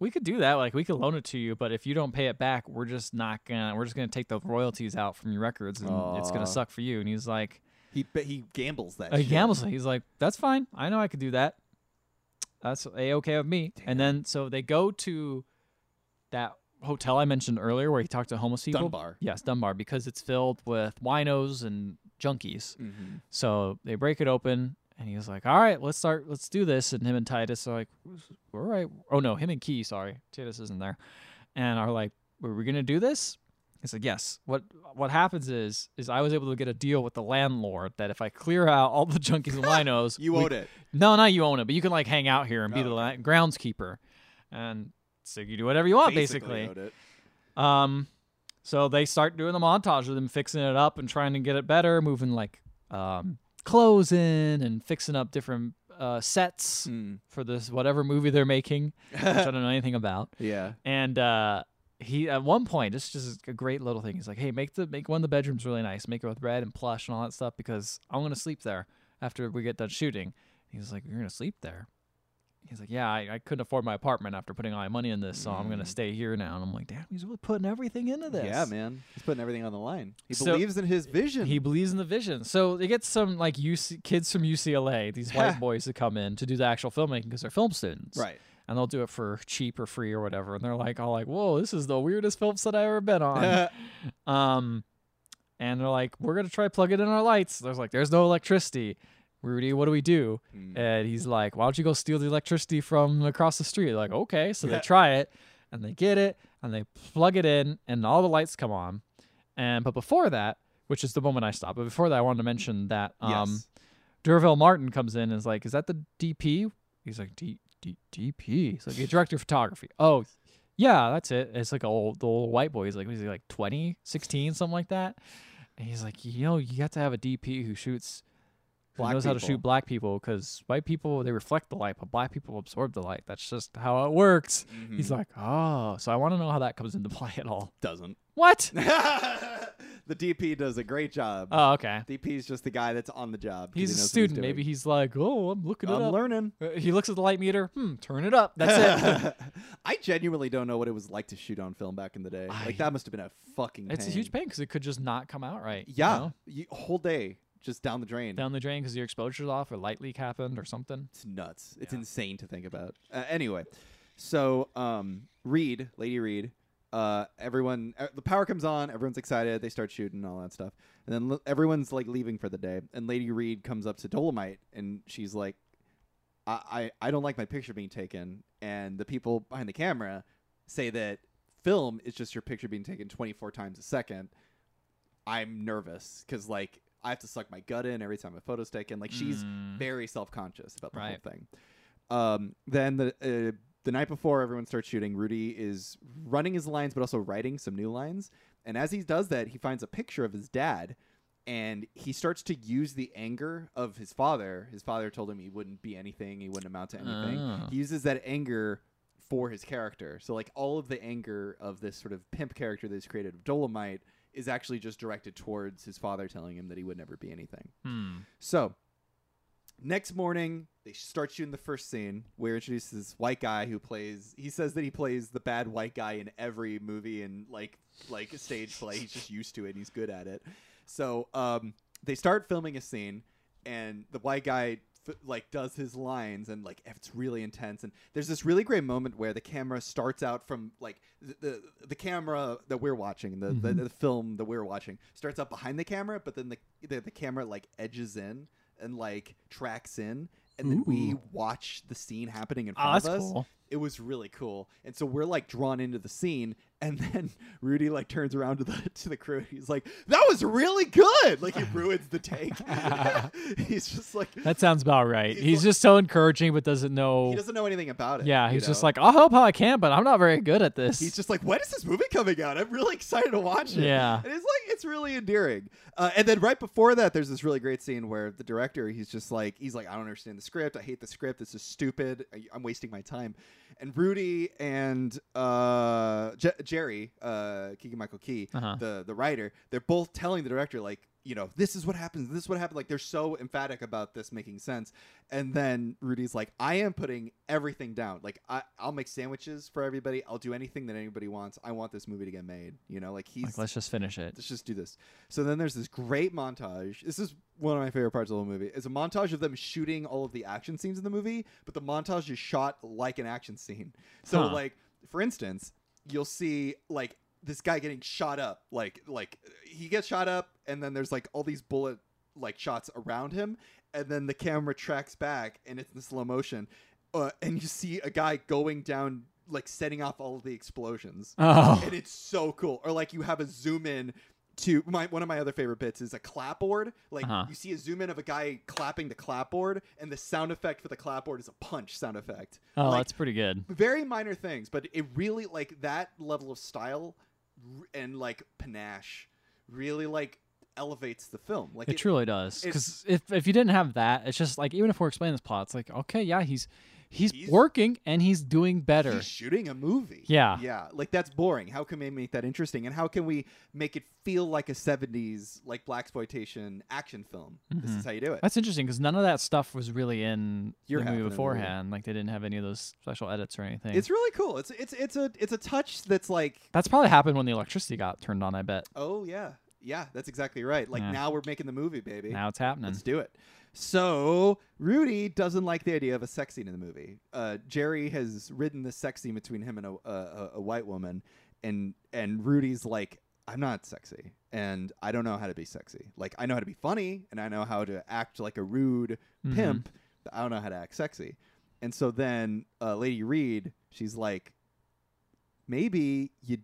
A: we could do that. Like, we could loan it to you, but if you don't pay it back, we're just not gonna. We're just gonna take the royalties out from your records, and it's
B: Aw.
A: gonna suck for you. And he's like,
B: He but he gambles that.
A: uh,
B: shit.
A: gambles. He's like, that's fine. I know I could do that. That's a okay with me. And then so they go to that hotel I mentioned earlier where he talked to homeless people.
B: Dunbar.
A: Yes, Dunbar, because it's filled with winos and junkies.
B: Mm-hmm.
A: So they break it open and he's like, All right, let's start let's do this. And him and Titus are like, All right. Oh no, him and Key, sorry. Titus isn't there. And are like, Were we gonna do this? He's like, yes. What what happens is is I was able to get a deal with the landlord that if I clear out all the junkies and winos,
B: You
A: we-
B: own it. Oh.
A: No, not you own it, but you can like hang out here and be the la- groundskeeper, and so you do whatever you want basically.
B: own it.
A: Um, so they start doing the montage of them fixing it up and trying to get it better, moving like um, clothes in and fixing up different uh, sets for this whatever movie they're making, which I don't know anything about.
B: Yeah.
A: And uh, he at one point, this is just a great little thing. He's like, "Hey, make the make one of the bedrooms really nice. Make it with red and plush and all that stuff because I'm gonna sleep there after we get done shooting." He's like, "You're gonna sleep there?" he's like, yeah, I, I couldn't afford my apartment after putting all my money in this, so I'm gonna stay here now. And I'm like, damn, he's really putting everything into this.
B: Mm. Yeah, man. He's putting everything on the line. He
A: So-
B: believes in his vision.
A: He believes in the vision. So they get some like UC, kids from UCLA, these white boys to come in to do the actual filmmaking because they're film students.
B: Right.
A: And they'll do it for cheap or free or whatever. And they're like, all like, whoa, this is the weirdest film set I've ever been on. um, and they're like, we're going to try plugging in our lights. There's like, there's no electricity. Rudy, what do we do? And he's like, why don't you go steal the electricity from across the street? like, okay. So they try it and they get it and they plug it in and all the lights come on. And but before that, which is the moment I stopped, but before that, I wanted to mention that um,
B: Yes.
A: Durville Martin comes in and is like, "Is that the DP?" He's like, "D D DP." He's like, "Yeah, "Director of photography." Oh, yeah, that's it. It's like a old, the old white boy. He's like, he's like 20, 16, something like that. And he's like, you know, you have to have a DP who shoots, who
B: Black
A: knows how to shoot
B: people.
A: black people, because white people they reflect the light, but black people absorb the light. That's just how it works.
B: Mm-hmm.
A: He's like, oh, so I want to know how that comes into play at all.
B: doesn't.
A: What?
B: the DP does a great job.
A: Oh, okay.
B: DP is just the guy that's on the job. 'cause
A: He's
B: he
A: a
B: knows what
A: student.
B: doing.
A: Maybe he's like, oh, I'm looking it
B: I'm
A: up.
B: learning.
A: Uh, He looks at the light meter. Hmm, turn it up. That's it.
B: I genuinely don't know what it was like to shoot on film back in the day.
A: I-
B: Like that must have been a fucking.
A: it's a huge pain because it could just not come out right. you
B: Yeah,
A: know?
B: you- whole day just down the drain.
A: Down the drain because your exposure's off or light leak happened or something.
B: It's nuts. It's insane to think about. Uh, anyway, so um, Reed, Lady Reed, uh, everyone, uh, the power comes on. Everyone's excited. They start shooting all that stuff, and then l- everyone's like leaving for the day. And Lady Reed comes up to Dolomite, and she's like, I, I, "I don't like my picture being taken." And the people behind the camera say that film is just your picture being taken 24 times a second. I'm nervous because like I have to suck my gut in every time a photo's taken. Like she's very self conscious about the
A: Right.
B: whole thing. Um, then the uh, the night before everyone starts shooting, Rudy is running his lines but also writing some new lines. And as he does that, he finds a picture of his dad, and he starts to use the anger of his father. His father told him he wouldn't be anything, he wouldn't amount to anything.
A: Ah.
B: He uses that anger for his character. So like all of the anger of this sort of pimp character that is created of Dolomite is actually just directed towards his father telling him that he would never be anything.
A: Hmm.
B: So next morning they start shooting the first scene. We're introduced to this white guy who plays he says that he plays the bad white guy in every movie and like like a stage play. He's just used to it and he's good at it. So um they start filming a scene and the white guy f- like does his lines and like it's really intense and there's this really great moment where the camera starts out from like the the, the camera that we're watching the,
A: Mm-hmm.
B: the the film that we're watching starts out behind the camera but then the the, the camera like edges in and like tracks in and then we watch the scene happening in
A: Ah,
B: front of
A: that's
B: us
A: cool.
B: it was really cool. And so we're like drawn into the scene, and then Rudy like turns around to the to the crew. And he's like, "That was really good." Like he ruins the take. he's just like
A: That sounds about right. He's,
B: He's like-
A: just so encouraging, but doesn't know.
B: he doesn't know anything about it.
A: yeah,
B: you
A: he's just
B: know?
A: like, I'll help how I can, but I'm not very good at this.
B: He's just like, when is this movie coming out? I'm really excited to watch it.
A: Yeah.
B: And it's like, it's really endearing. Uh, and then right before that, there's this really great scene where the director, he's just like, he's like, I don't understand the script. I hate the script. This is stupid. I, I'm wasting my time. And Rudy and uh, J- Jerry, uh, Keegan Michael Key,
A: Uh-huh.
B: the, the writer, they're both telling the director, like, you know, this is what happens. This is what happened. Like, they're so emphatic about this making sense. And then Rudy's like, I am putting everything down. Like, I, I'll make sandwiches for everybody. I'll do anything that anybody wants. I want this movie to get made. You know, like, he's
A: like, let's just finish it.
B: let's just do this. So then there's this great montage. This is one of my favorite parts of the whole movie. It's a montage of them shooting all of the action scenes in the movie, but the montage is shot like an action scene. So
A: Huh.
B: like for instance, you'll see like this guy getting shot up. Like like he gets shot up and then there's like all these bullet like shots around him and then the camera tracks back and it's in slow motion. Uh, and you see a guy going down like setting off all of the explosions
A: Oh,
B: and it's so cool. Or like you have a zoom in to my one of my other favorite bits is a clapboard. Like
A: Uh-huh.
B: you see a zoom in of a guy clapping the clapboard, and the sound effect for the clapboard is a punch sound effect.
A: oh,
B: like,
A: that's pretty good.
B: very minor things, but it really like that level of style r- and like panache really like elevates the film. Like
A: It truly does. Because
B: it's-
A: if if you didn't have that, it's just like even if we're explaining this plot, it's like okay, yeah, he's He's,
B: He's-
A: working and he's doing better.
B: He's shooting a movie.
A: Yeah.
B: Yeah. Like that's boring. How can we make that interesting? And how can we make it feel like a 70s like black exploitation action film? This
A: Mm-hmm.
B: is how you do it.
A: That's interesting because none of that stuff was really in
B: Your
A: the
B: half of the
A: movie
B: movie.
A: beforehand. Like they didn't have any of those special edits or anything.
B: It's really cool. It's it's it's a it's a touch that's like,
A: That's probably happened when the electricity got turned on. I bet
B: oh yeah. Yeah, that's exactly right. Like
A: Yeah.
B: now we're making the movie, baby.
A: now it's happening.
B: Let's do it. So Rudy doesn't like the idea of a sex scene in the movie. Uh, Jerry has written this sex scene between him and a, a, a- a white woman, and and Rudy's like, I'm not sexy, and I don't know how to be sexy. Like I know how to be funny, and I know how to act like a rude pimp. But I don't know how to act sexy. And so then uh, Lady Reed, she's like, maybe you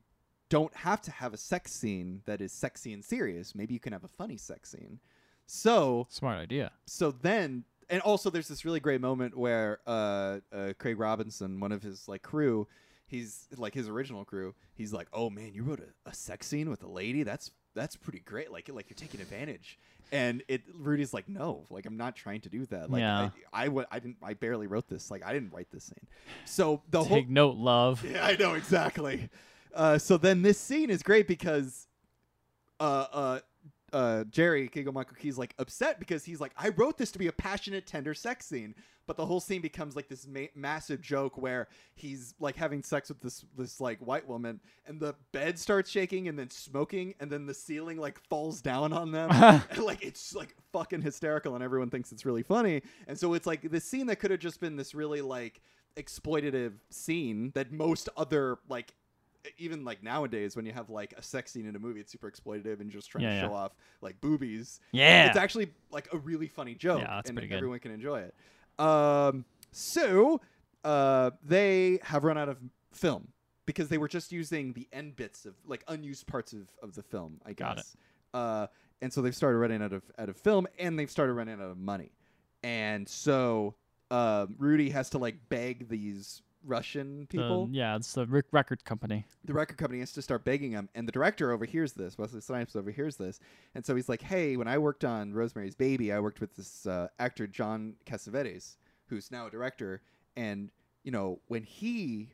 B: don't have to have a sex scene that is sexy and serious. Maybe you can have a funny sex scene. So
A: Smart idea.
B: so then and also there's this really great moment where uh, uh craig robinson one of his like crew he's like his original crew he's like oh man you wrote a, a sex scene with a lady that's that's pretty great like like you're taking advantage and it rudy's like no like i'm not trying to do that like
A: Yeah.
B: I, I, wa- I didn't i barely wrote this like i didn't write this scene so the whole
A: Take note, love.
B: yeah, I know exactly. Uh, so then this scene is great because uh, uh, uh, Jerry Gigo Michael Key's like upset because he's like, I wrote this to be a passionate, tender sex scene, but the whole scene becomes like this ma- massive joke where he's like having sex with this this like white woman, and the bed starts shaking and then smoking, and then the ceiling like falls down on them, And, like it's like fucking hysterical, and everyone thinks it's really funny, and so it's like this scene that could have just been this really like exploitative scene that most other like even like nowadays when you have like a sex scene in a movie it's super exploitative and just trying
A: Yeah,
B: to
A: yeah.
B: show off like boobies
A: Yeah.
B: it's actually like a really funny joke
A: Yeah, that's
B: and
A: pretty good.
B: everyone can enjoy it um so uh they have run out of film because they were just using the end bits of like unused parts of of the film i guess
A: Got it.
B: uh, and so they've started running out of out of film, and they've started running out of money, and so um, Rudy has to like beg these Russian
A: The-
B: people.
A: yeah, it's the rec- record company.
B: The record company has to start begging them, and the director overhears this. Wesley Snipes overhears this, and so he's like, "Hey, when I worked on Rosemary's Baby, I worked with this uh, actor John Cassavetes, who's now a director, and you know when he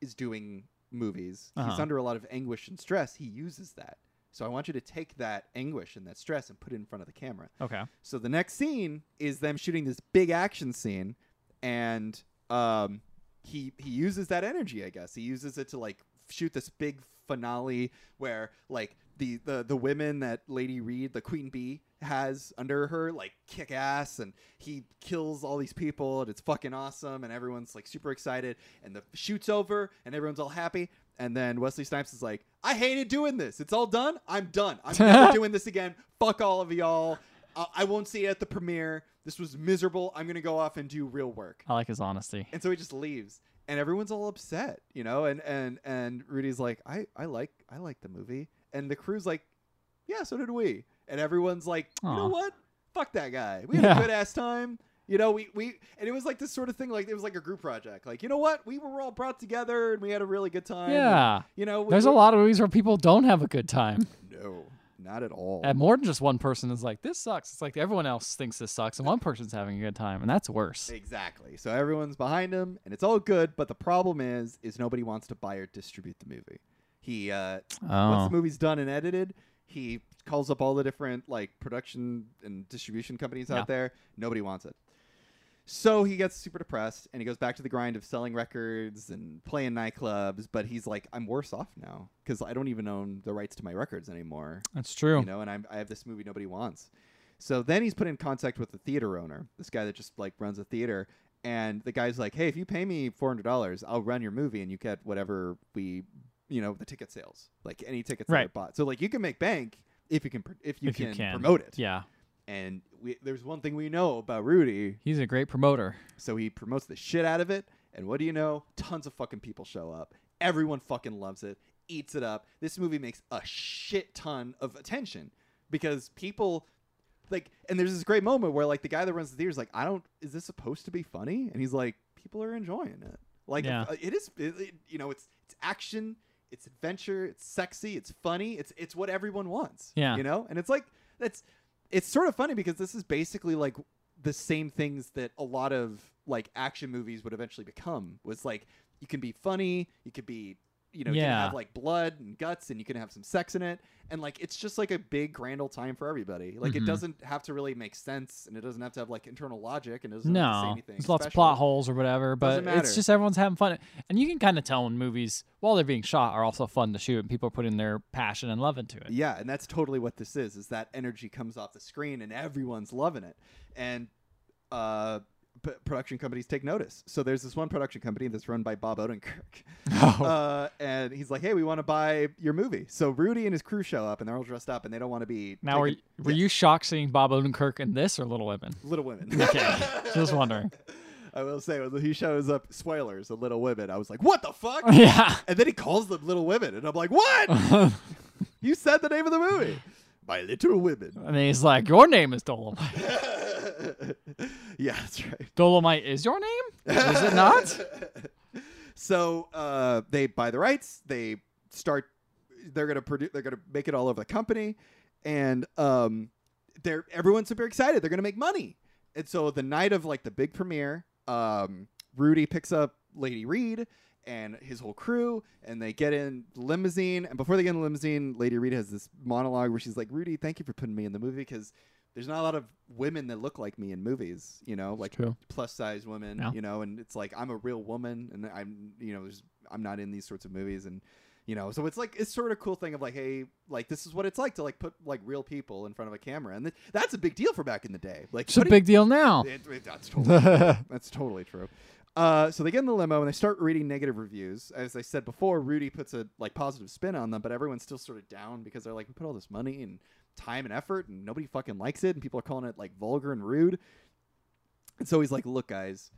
B: is doing movies, he's
A: Uh-huh.
B: under a lot of anguish and stress. He uses that." So I want you to take that anguish and that stress and put it in front of the camera.
A: Okay.
B: So the next scene is them shooting this big action scene, and um, he he uses that energy, I guess. He uses it to like shoot this big finale where like the the the women that Lady Reed, the Queen Bee, has under her like kick ass, and he kills all these people, and it's fucking awesome, and everyone's like super excited, and the shoot's over, and everyone's all happy. And then Wesley Snipes is like, I hated doing this. It's all done. I'm done. I'm never doing this again. Fuck all of y'all. Uh, I- I won't see it at the premiere. This was miserable. I'm gonna go off and do real work.
A: I like his honesty.
B: And so he just leaves, and everyone's all upset, you know. And and and Rudy's like, I I like I like the movie, and the crew's like, yeah, so did we. And everyone's like, you know
A: Aw.
B: what? Fuck that guy. We had a
A: Yeah.
B: good ass time. You know, we, we and it was like this sort of thing. Like it was like a group project. Like you know what? We were all brought together and we had a really good time. and,
A: Yeah.
B: you know, we-
A: There's a
B: we-
A: lot of movies where people don't have a good time.
B: No, not at all.
A: And more than just one person is like, this sucks. It's like everyone else thinks this sucks, and one person's having a good time, and that's worse.
B: Exactly. So everyone's behind him, and it's all good. But the problem is, is nobody wants to buy or distribute the movie. He uh, once
A: Oh.
B: the movie's done and edited, he calls up all the different like production and distribution companies
A: Yeah.
B: out there. Nobody wants it. So he gets super depressed and he goes back to the grind of selling records and playing nightclubs. But he's like, I'm worse off now because I don't even own the rights to my records anymore
A: That's true.
B: you know, and I'm, I have this movie nobody wants. So then he's put in contact with the theater owner, this guy that just like runs a theater, and the guy's like, "Hey, if you pay me four hundred dollars, I'll run your movie, and you get whatever we, you know, the ticket sales, like any tickets that are
A: Right.
B: bought. So like you can make bank if you can pr- if you,
A: if
B: can,
A: you can
B: promote it.
A: Yeah.
B: And we, there's one thing we know about Rudy,
A: He's a great promoter.
B: so he promotes the shit out of it, and what do you know? Tons of fucking people show up. Everyone fucking loves it, eats it up. This movie makes a shit ton of attention because people like and there's this great moment where like the guy that runs the theater is like, I don't is this supposed to be funny? And he's like, people are enjoying it. Like
A: Yeah.
B: uh, it is it, it- you know, it's it's action, it's adventure, it's sexy, it's funny, it's it's what everyone wants.
A: Yeah.
B: You know? And it's like that's it's sort of funny because this is basically like the same things that a lot of like action movies would eventually become was like you can be funny, you could be you know, you can
A: Yeah.
B: have like blood and guts and you can have some sex in it. And like it's just like a big grand old time for everybody. Like it
A: Mhm.
B: doesn't have to really make sense and it doesn't have to have like internal logic and it doesn't have to say
A: No,
B: anything.
A: there's lots of
B: special.
A: plot holes or whatever, but
B: Doesn't matter.
A: it's just everyone's having fun, and you can kind of tell when movies, while they're being shot, are also fun to shoot, and people are putting their passion and love into it.
B: Yeah, and that's totally what this is. Is that energy comes off the screen and everyone's loving it, and uh, p- production companies take notice. So there's this one production company that's run by Bob Odenkirk, uh, and he's like, "Hey, we want to buy your movie." So Rudy and his crew show up, and they're all dressed up, and they don't want to be
A: Now, were,
B: taken-
A: were you shocked seeing Bob Odenkirk in this or Little Women?
B: Little Women.
A: Okay, just wondering.
B: I will say when he shows up, spoilers, a Little Women. I was like, "What the fuck?"
A: yeah,
B: And then he calls them Little Women, and I'm like, "What? you said the name of the movie." My little women.
A: and he's like, "Your name is Dolomite.
B: yeah, that's right.
A: Dolomite is your name, is it not?"
B: So uh, they buy the rights. They start. They're gonna produce. They're gonna make it all over the company, and um, they're everyone's super excited. They're gonna make money. And so the night of like the big premiere, um, Rudy picks up Lady Reed and his whole crew, and they get in the limousine. And before they get in the limousine, Lady Reed has this monologue where she's like, "Rudy, thank you for putting me in the movie because." There's not a lot of women that look like me in movies, you know, like
A: true.
B: plus size women,
A: Yeah.
B: you know, and it's like I'm a real woman, and I'm you know there's, I'm not in these sorts of movies, and you know, so it's like it's sort of cool thing of like, hey, like this is what it's like to like put like real people in front of a camera, and th- that's a big deal for back in the day. Like,
A: It's a
B: putting-
A: big deal now.
B: it- it- that's totally true. that's totally true. Uh, so they get in the limo and they start reading negative reviews. As I said before, Rudy puts a like positive spin on them, but everyone's still sort of down because they're like, we put all this money and time and effort, and nobody fucking likes it, and people are calling it like vulgar and rude. And so he's like, look, guys,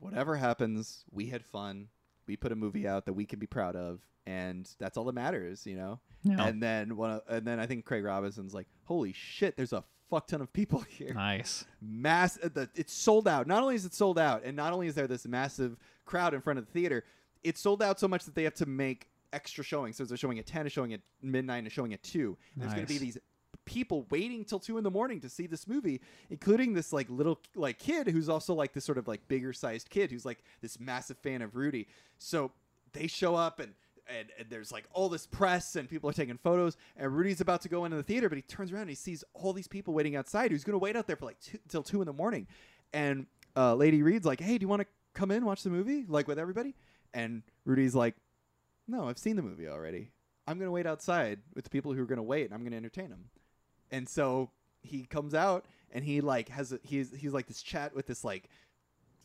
B: whatever happens, we had fun. We put a movie out that we can be proud of, and that's all that matters, you know.
A: Yeah.
B: And then one, of, and then I think Craig Robinson's like, holy shit, there's a fuck ton of people here
A: Nice.
B: mass uh, the, it's sold out not only is it sold out and not only is there this massive crowd in front of the theater it's sold out so much that they have to make extra showings so they're showing at 10 is showing at midnight and showing at 2 there's going to be
A: Nice.
B: these people waiting till 2 in the morning to see this movie including this like little like kid who's also like this sort of like bigger sized kid who's like this massive fan of rudy so they show up and and, and there's like all this press and people are taking photos and Rudy's about to go into the theater but he turns around and he sees all these people waiting outside who's going to wait out there for like two, till two in the morning and uh, Lady Reed's like hey do you want to come in watch the movie like with everybody and Rudy's like no I've seen the movie already I'm going to wait outside with the people who are going to wait and I'm going to entertain them and so he comes out and he like has a, he's he's like this chat with this like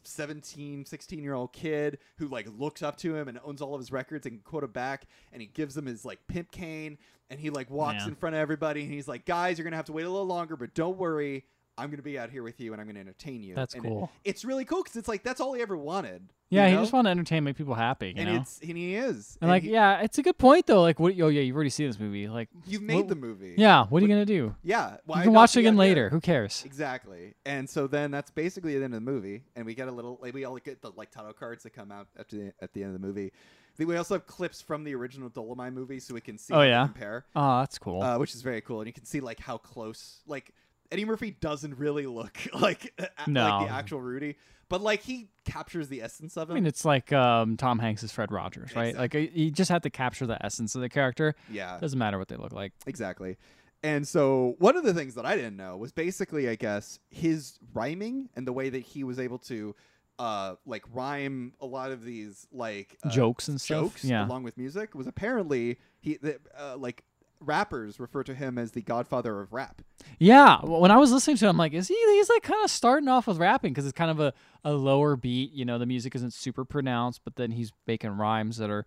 B: 17 16 year old kid who like looks up to him and owns all of his records and can quote him back and he gives him his like pimp cane and he like walks
A: Yeah.
B: in front of everybody and he's like guys you're gonna have to wait a little longer but don't worry i'm gonna be out here with you and i'm gonna entertain you
A: That's
B: And it-
A: cool.
B: it's really cool because it's like that's all he ever wanted
A: Yeah,
B: you
A: he
B: know?
A: just wanted to entertain, make people happy. You
B: and
A: know.
B: it's and he is
A: and like,
B: he-
A: yeah, it's a good point though. Like, what? Oh yeah, you've already seen this movie. Like,
B: you've made
A: what-
B: the movie
A: Yeah, what are you gonna do?
B: yeah why
A: you can
B: not
A: watch it
B: be
A: again
B: out here?
A: later. Who cares?
B: Exactly. And so then that's basically the end of the movie. And we get a little, like, we all get the like title cards that come out at the, at the end of the movie. I think we also have clips from the original Dolomite movie so we can see
A: Oh,
B: how they
A: yeah?
B: compare,
A: Oh, that's cool.
B: uh, which is very cool. And you can see like how close, like Eddie Murphy doesn't really look like, uh, a- a-
A: No.
B: like the actual Rudy, but like he captures the essence of
A: I
B: him.
A: mean, it's like um, Tom Hanks is Fred Rogers, right? Like, uh, you just have to capture the essence of the character.
B: yeah.
A: Doesn't matter what they look like.
B: Exactly. And so one of the things that I didn't know was basically, I guess, his rhyming and the way that he was able to uh like rhyme a lot of these like uh,
A: Jokes and stuff?
B: jokes
A: Yeah.
B: along with music was apparently he the, uh, like rappers refer to him as the godfather of rap
A: Yeah, w- when I was listening to him, I'm like, is he? He's like kind of starting off with rapping because it's kind of a, a lower beat. You know, the music isn't super pronounced, but then he's making rhymes that are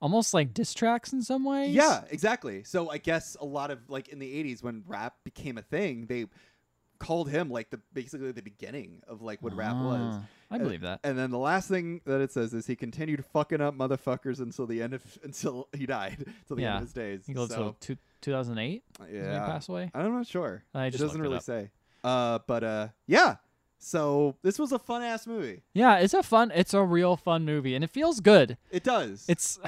A: almost like diss tracks in some ways.
B: Yeah, exactly. So I guess a lot of like in the '80s when rap became a thing, they called him like the basically the beginning of like what rap was.
A: Ah, I
B: And-
A: believe that.
B: And then the last thing that it says is he continued fucking up motherfuckers until the end of until he died, until the end
A: Yeah.
B: of his days.
A: He lived
B: so, Uh,
A: till two, 2008.
B: yeah,
A: is when he passed away.
B: I'm not sure.
A: I
B: it
A: just
B: doesn't
A: looked it
B: really
A: up.
B: say. Uh, but uh, yeah. So this was a fun ass movie.
A: Yeah, it's a fun. It's a real fun movie, and it feels good.
B: It does.
A: It's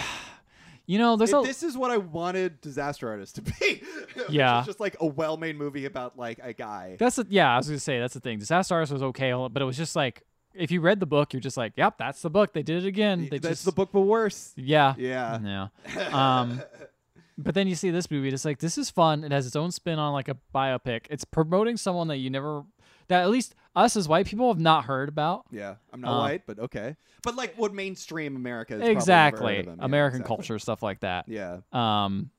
A: You know, there's
B: If
A: a
B: this is what I wanted Disaster Artist to be. which
A: Yeah.
B: is just like a well-made movie about like a guy.
A: that's a, yeah. I was gonna say that's the thing. Disaster Artist was okay, but it was just like if you read the book, you're just like, yep, that's the book. They did it again. They
B: That's
A: just,
B: the book, but worse.
A: Yeah.
B: Yeah.
A: Yeah. Um, but then you see this movie, and it's like this is fun. It has its own spin on like a biopic. It's promoting someone that you never, that at least us as white people have not heard about.
B: Yeah, I'm
A: Uh,
B: not white, but okay. But like what mainstream America is probably never
A: exactly.
B: heard of him. Yeah,
A: American
B: exactly.
A: culture stuff like that.
B: Yeah,
A: Um,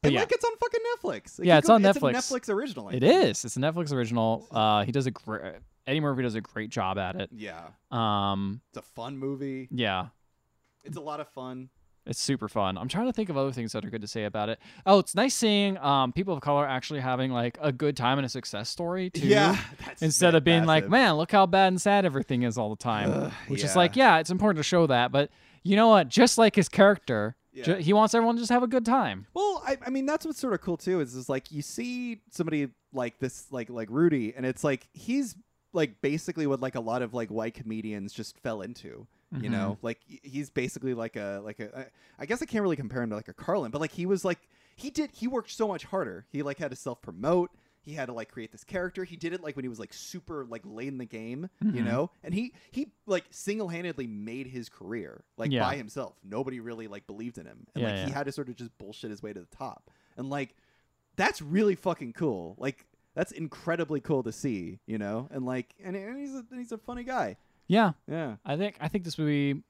A: but
B: and
A: yeah,
B: like it's on fucking Netflix. Like,
A: Yeah,
B: you
A: it's
B: go-
A: on
B: a
A: Netflix.
B: Netflix original. I
A: it
B: think.
A: is. It's a Netflix original. Uh, he does a great. Eddie Murphy does a great job at it.
B: Yeah,
A: Um,
B: it's a fun movie.
A: yeah.
B: It's a lot of fun.
A: It's super fun. I'm trying to think of other things that are good to say about it. Oh, it's nice seeing um, people of color actually having like a good time and a success story too.
B: Yeah, that's
A: Instead of being like,
B: massive.
A: man, look how bad and sad everything is all the time.
B: Ugh,
A: Which is
B: yeah.
A: like, yeah, it's important to show that. But you know what? Just like his character, ju-
B: Yeah.
A: he wants everyone to just have a good time.
B: Well, I, I mean that's what's sort of cool too is is like you see somebody like this like like Rudy and it's like he's like basically what like a lot of like white comedians just fell into. You know, like he- he's basically like a like a I- I guess I can't really compare him to like a Carlin, but like he was like he did he worked so much harder. He like had to self promote. He had to like create this character. He did it like when he was like super like late in the game, you know. And he he like single handedly made his career like
A: Yeah.
B: by himself. Nobody really like believed in him, and
A: Yeah,
B: like he
A: yeah.
B: had to sort of just bullshit his way to the top. And like that's really fucking cool. Like that's incredibly cool to see, you know? And like and, and he's a he's a funny guy.
A: Yeah,
B: Yeah.
A: I think I think this movie.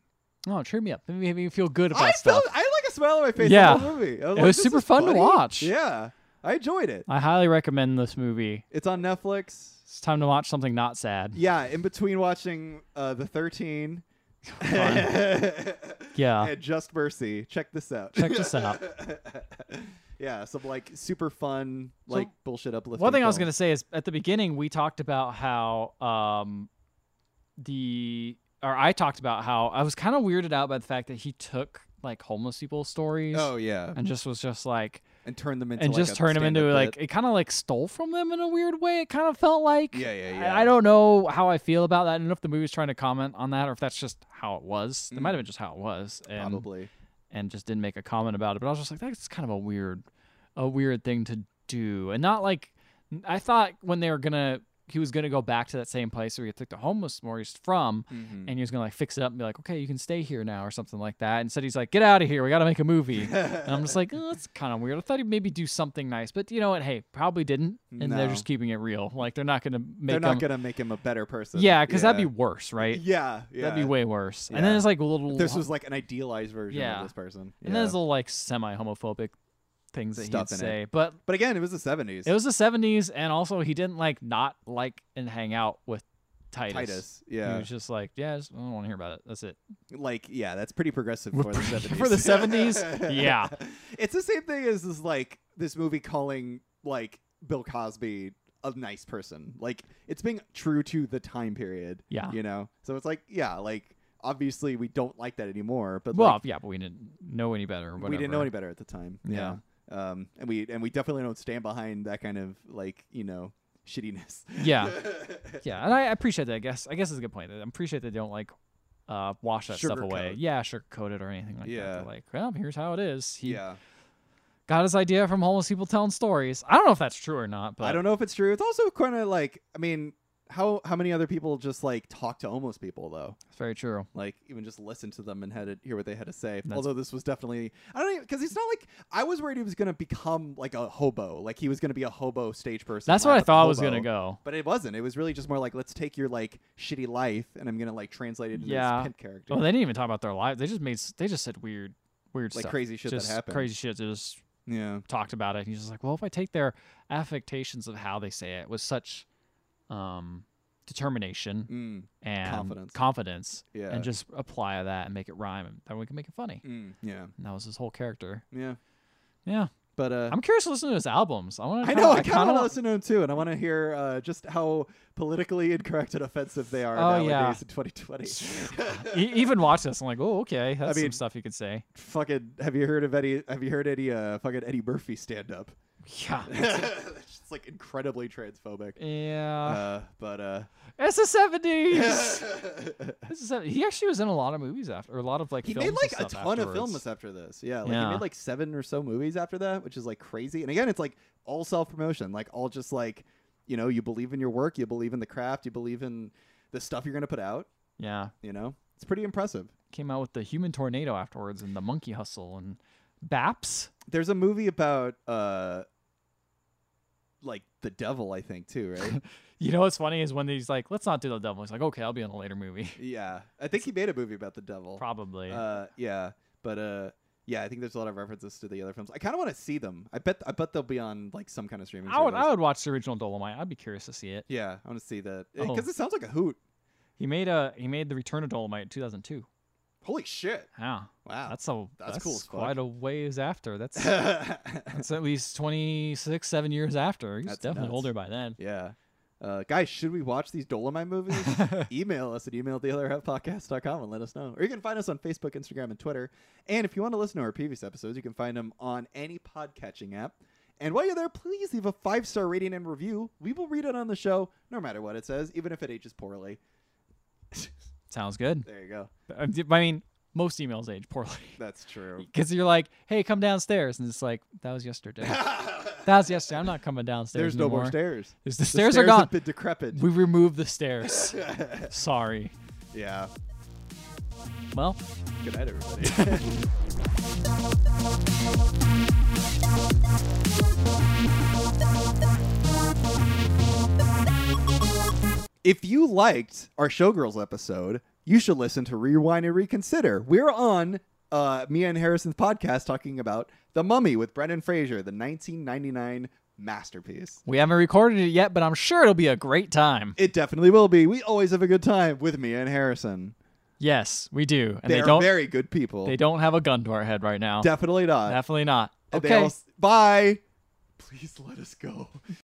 A: Oh, it cheered me up. It made me feel good about
B: I
A: stuff.
B: felt I had, like a smile on my face
A: Yeah.
B: the whole movie. I
A: It
B: like,
A: was
B: this
A: super
B: is
A: fun to
B: funny.
A: watch.
B: Yeah. I enjoyed it.
A: I highly recommend this movie.
B: It's on Netflix.
A: It's time to watch something not sad.
B: Yeah, in between watching uh the 13
A: Yeah.
B: and Just Mercy, check this out.
A: Check this out.
B: yeah, some like super fun like bullshit uplifting.
A: One thing I was
B: film.
A: gonna say is at the beginning we talked about how um the or I talked about how I was kind of weirded out by the fact that he took like homeless people's stories
B: Oh yeah.
A: and just was just like
B: And turn them into
A: and
B: like,
A: just
B: a
A: turned him into
B: stand-up
A: like
B: bit.
A: it kind of like stole from them in a weird way. It kind of felt like
B: Yeah, yeah,
A: I-
B: yeah.
A: I, don't know how I feel about that. I don't know if the movie's trying to comment on that or if that's just how it was. It might have been just how it was. And,
B: Mm. probably.
A: and just didn't make a comment about it. But I was just like, that's kind of a weird, a weird thing to do, and not like I thought when they were gonna, he was gonna go back to that same place where he took the homeless where he's from,
B: Mm-hmm.
A: and he was gonna like fix it up and be like, okay, you can stay here now or something like that. Instead, he's like, get out of here, we gotta make a movie, and I'm just like, oh, that's kind of weird. I thought he'd maybe do something nice, but you know what? Hey, probably didn't, and they're
B: No.
A: just keeping it real. Like they're not gonna make
B: They're not
A: him-
B: gonna make him a better person.
A: yeah, because that'd be worse, right?
B: yeah, yeah.
A: That'd be way worse. And then
B: Yeah.
A: it's like a little.
B: If this was like an idealized version
A: Yeah.
B: of this person.
A: And
B: yeah.
A: there's little like semi homophobic things that
B: Stuff
A: he'd
B: in it.
A: say. But
B: but again, it was the seventies.
A: it was the seventies and also he didn't like not like and hang out with Titus.
B: Titus.
A: He
B: Yeah,
A: was just like, Yeah, I just- I don't want to hear about it. That's it.
B: like yeah, that's pretty progressive for the seventies.
A: For the seventies? yeah.
B: it's the same thing as this like this movie calling like Bill Cosby a nice person. Like it's being true to the time period.
A: Yeah.
B: you know. So it's like yeah, like obviously we don't like that anymore. But
A: Well,
B: like,
A: yeah, but we didn't know any better or whatever.
B: we didn't know any better at the time.
A: Yeah.
B: Um, and we and we definitely don't stand behind that kind of like you know shittiness.
A: Yeah. Yeah. And I, I appreciate that, I guess. I guess it's a good point. I appreciate they don't like uh, wash that stuff away.
B: Sugarcoat.
A: Yeah, sugarcoat it or anything like that.
B: Yeah.
A: They're like, well, here's how it is. He
B: yeah.
A: got his idea from homeless people telling stories. I don't know if that's true or not, but
B: I don't know if it's true. It's also kind of like I mean, how how many other people just like talk to homeless people though?
A: it's very true.
B: Like even just listen to them and had to hear what they had to say.
A: That's-
B: Although this was definitely I don't even because it's not like I was worried he was gonna become like a hobo, like he was gonna be a hobo stage person.
A: That's
B: laugh
A: what I
B: at the
A: thought was
B: hobo.
A: gonna go.
B: But it wasn't. It was really just more like let's take your like shitty life and I'm gonna like translate it into
A: yeah.
B: this pimp character.
A: Well, Oh, they didn't even talk about their lives. They just made s- they just said weird, weird
B: Like
A: stuff.
B: crazy shit that
A: just
B: happened.
A: Crazy shit. They just
B: yeah.
A: talked about it. And he's just like, well, if I take their affectations of how they say it with such um, determination
B: Mm.
A: and
B: Confidence.
A: confidence,
B: Yeah.
A: and just apply that and make it rhyme, and then we can make it funny.
B: Mm. Yeah.
A: And that was his whole character.
B: Yeah.
A: Yeah,
B: But uh
A: I'm curious to listen to his albums. I want to.
B: I know. I
A: kinda
B: kind of
A: wa-
B: listen to them too, and I want to hear uh, just how politically incorrect and offensive they are
A: Oh,
B: nowadays
A: yeah.
B: in 2020.
A: e- even watch this. I'm like, oh, okay, that's some
B: mean-
A: stuff you could say.
B: fucking, have you heard of Eddie? Have you heard any uh, fucking Eddie Murphy stand up?
A: Yeah,
B: it's like incredibly transphobic.
A: Yeah.
B: Uh, but uh,
A: it's the seventies. he actually was in a lot of movies after, or a lot of like.
B: he
A: films
B: made
A: and
B: like a
A: stuff
B: ton of
A: afterwards.
B: films after this. Yeah, like
A: Yeah.
B: he made like seven or so movies after that, which is like crazy. And again, it's like all self promotion, like all just like you know, you believe in your work, you believe in the craft, you believe in the stuff you're gonna put out.
A: Yeah,
B: You know, it's pretty impressive.
A: came out with the Human Tornado afterwards, and the Monkey Hustle, and Baps.
B: There's a movie about uh, like the devil, I think too, right?
A: You know what's funny is when he's like, "Let's not do the devil." He's like, "Okay, I'll be in a later movie."
B: yeah, I think he made a movie about the devil.
A: Probably.
B: Uh, yeah, but uh, yeah, I think there's a lot of references to the other films. I kind of want to see them. I bet I bet they'll be on like some kind of streaming.
A: I would.
B: service.
A: I would watch the original Dolomite. I'd be curious to see it.
B: Yeah, I want to see that
A: Oh.
B: because it sounds like a hoot.
A: He made a. He made the Return of Dolomite in 2002.
B: Holy shit!
A: Yeah.
B: Wow,
A: That's a.
B: That's
A: That's,
B: cool as fuck.
A: Quite a ways after. That's It's at least 26, 7 years after. He's
B: That's
A: definitely
B: nuts.
A: older by then.
B: yeah. Uh, guys, should we watch these Dolomite movies? email us at email and let us know. Or you can find us on Facebook, Instagram, and Twitter. And if you want to listen to our previous episodes, you can find them on any podcatching app. And while you're there, please leave a five star rating and review. We will read it on the show, no matter what it says, even if it ages poorly.
A: Sounds good.
B: There you go.
A: I d- I mean, most emails age poorly.
B: That's true.
A: Because you're like, hey, come downstairs. And it's like, that was yesterday. that was yesterday. I'm not coming downstairs.
B: There's no more
A: anymore.
B: stairs.
A: There's-
B: The
A: the stairs, are
B: stairs
A: gone.
B: have been decrepit.
A: We removed the stairs. Sorry.
B: yeah.
A: Well,
B: Good night, everybody. if you liked our Showgirls episode, you should listen to Rewind and Reconsider. We're on uh, Mia and Harrison's podcast talking about The Mummy with Brendan Fraser, the 1999 masterpiece.
A: we haven't recorded it yet, but I'm sure it'll be a great time.
B: It definitely will be. We always have a good time with Mia and Harrison.
A: Yes, we do. And
B: They,
A: they,
B: are
A: don't
B: very good people.
A: they don't have a gun to our head right now.
B: definitely not.
A: Definitely not.
B: And they
A: Okay.
B: all s- bye. Please let us go.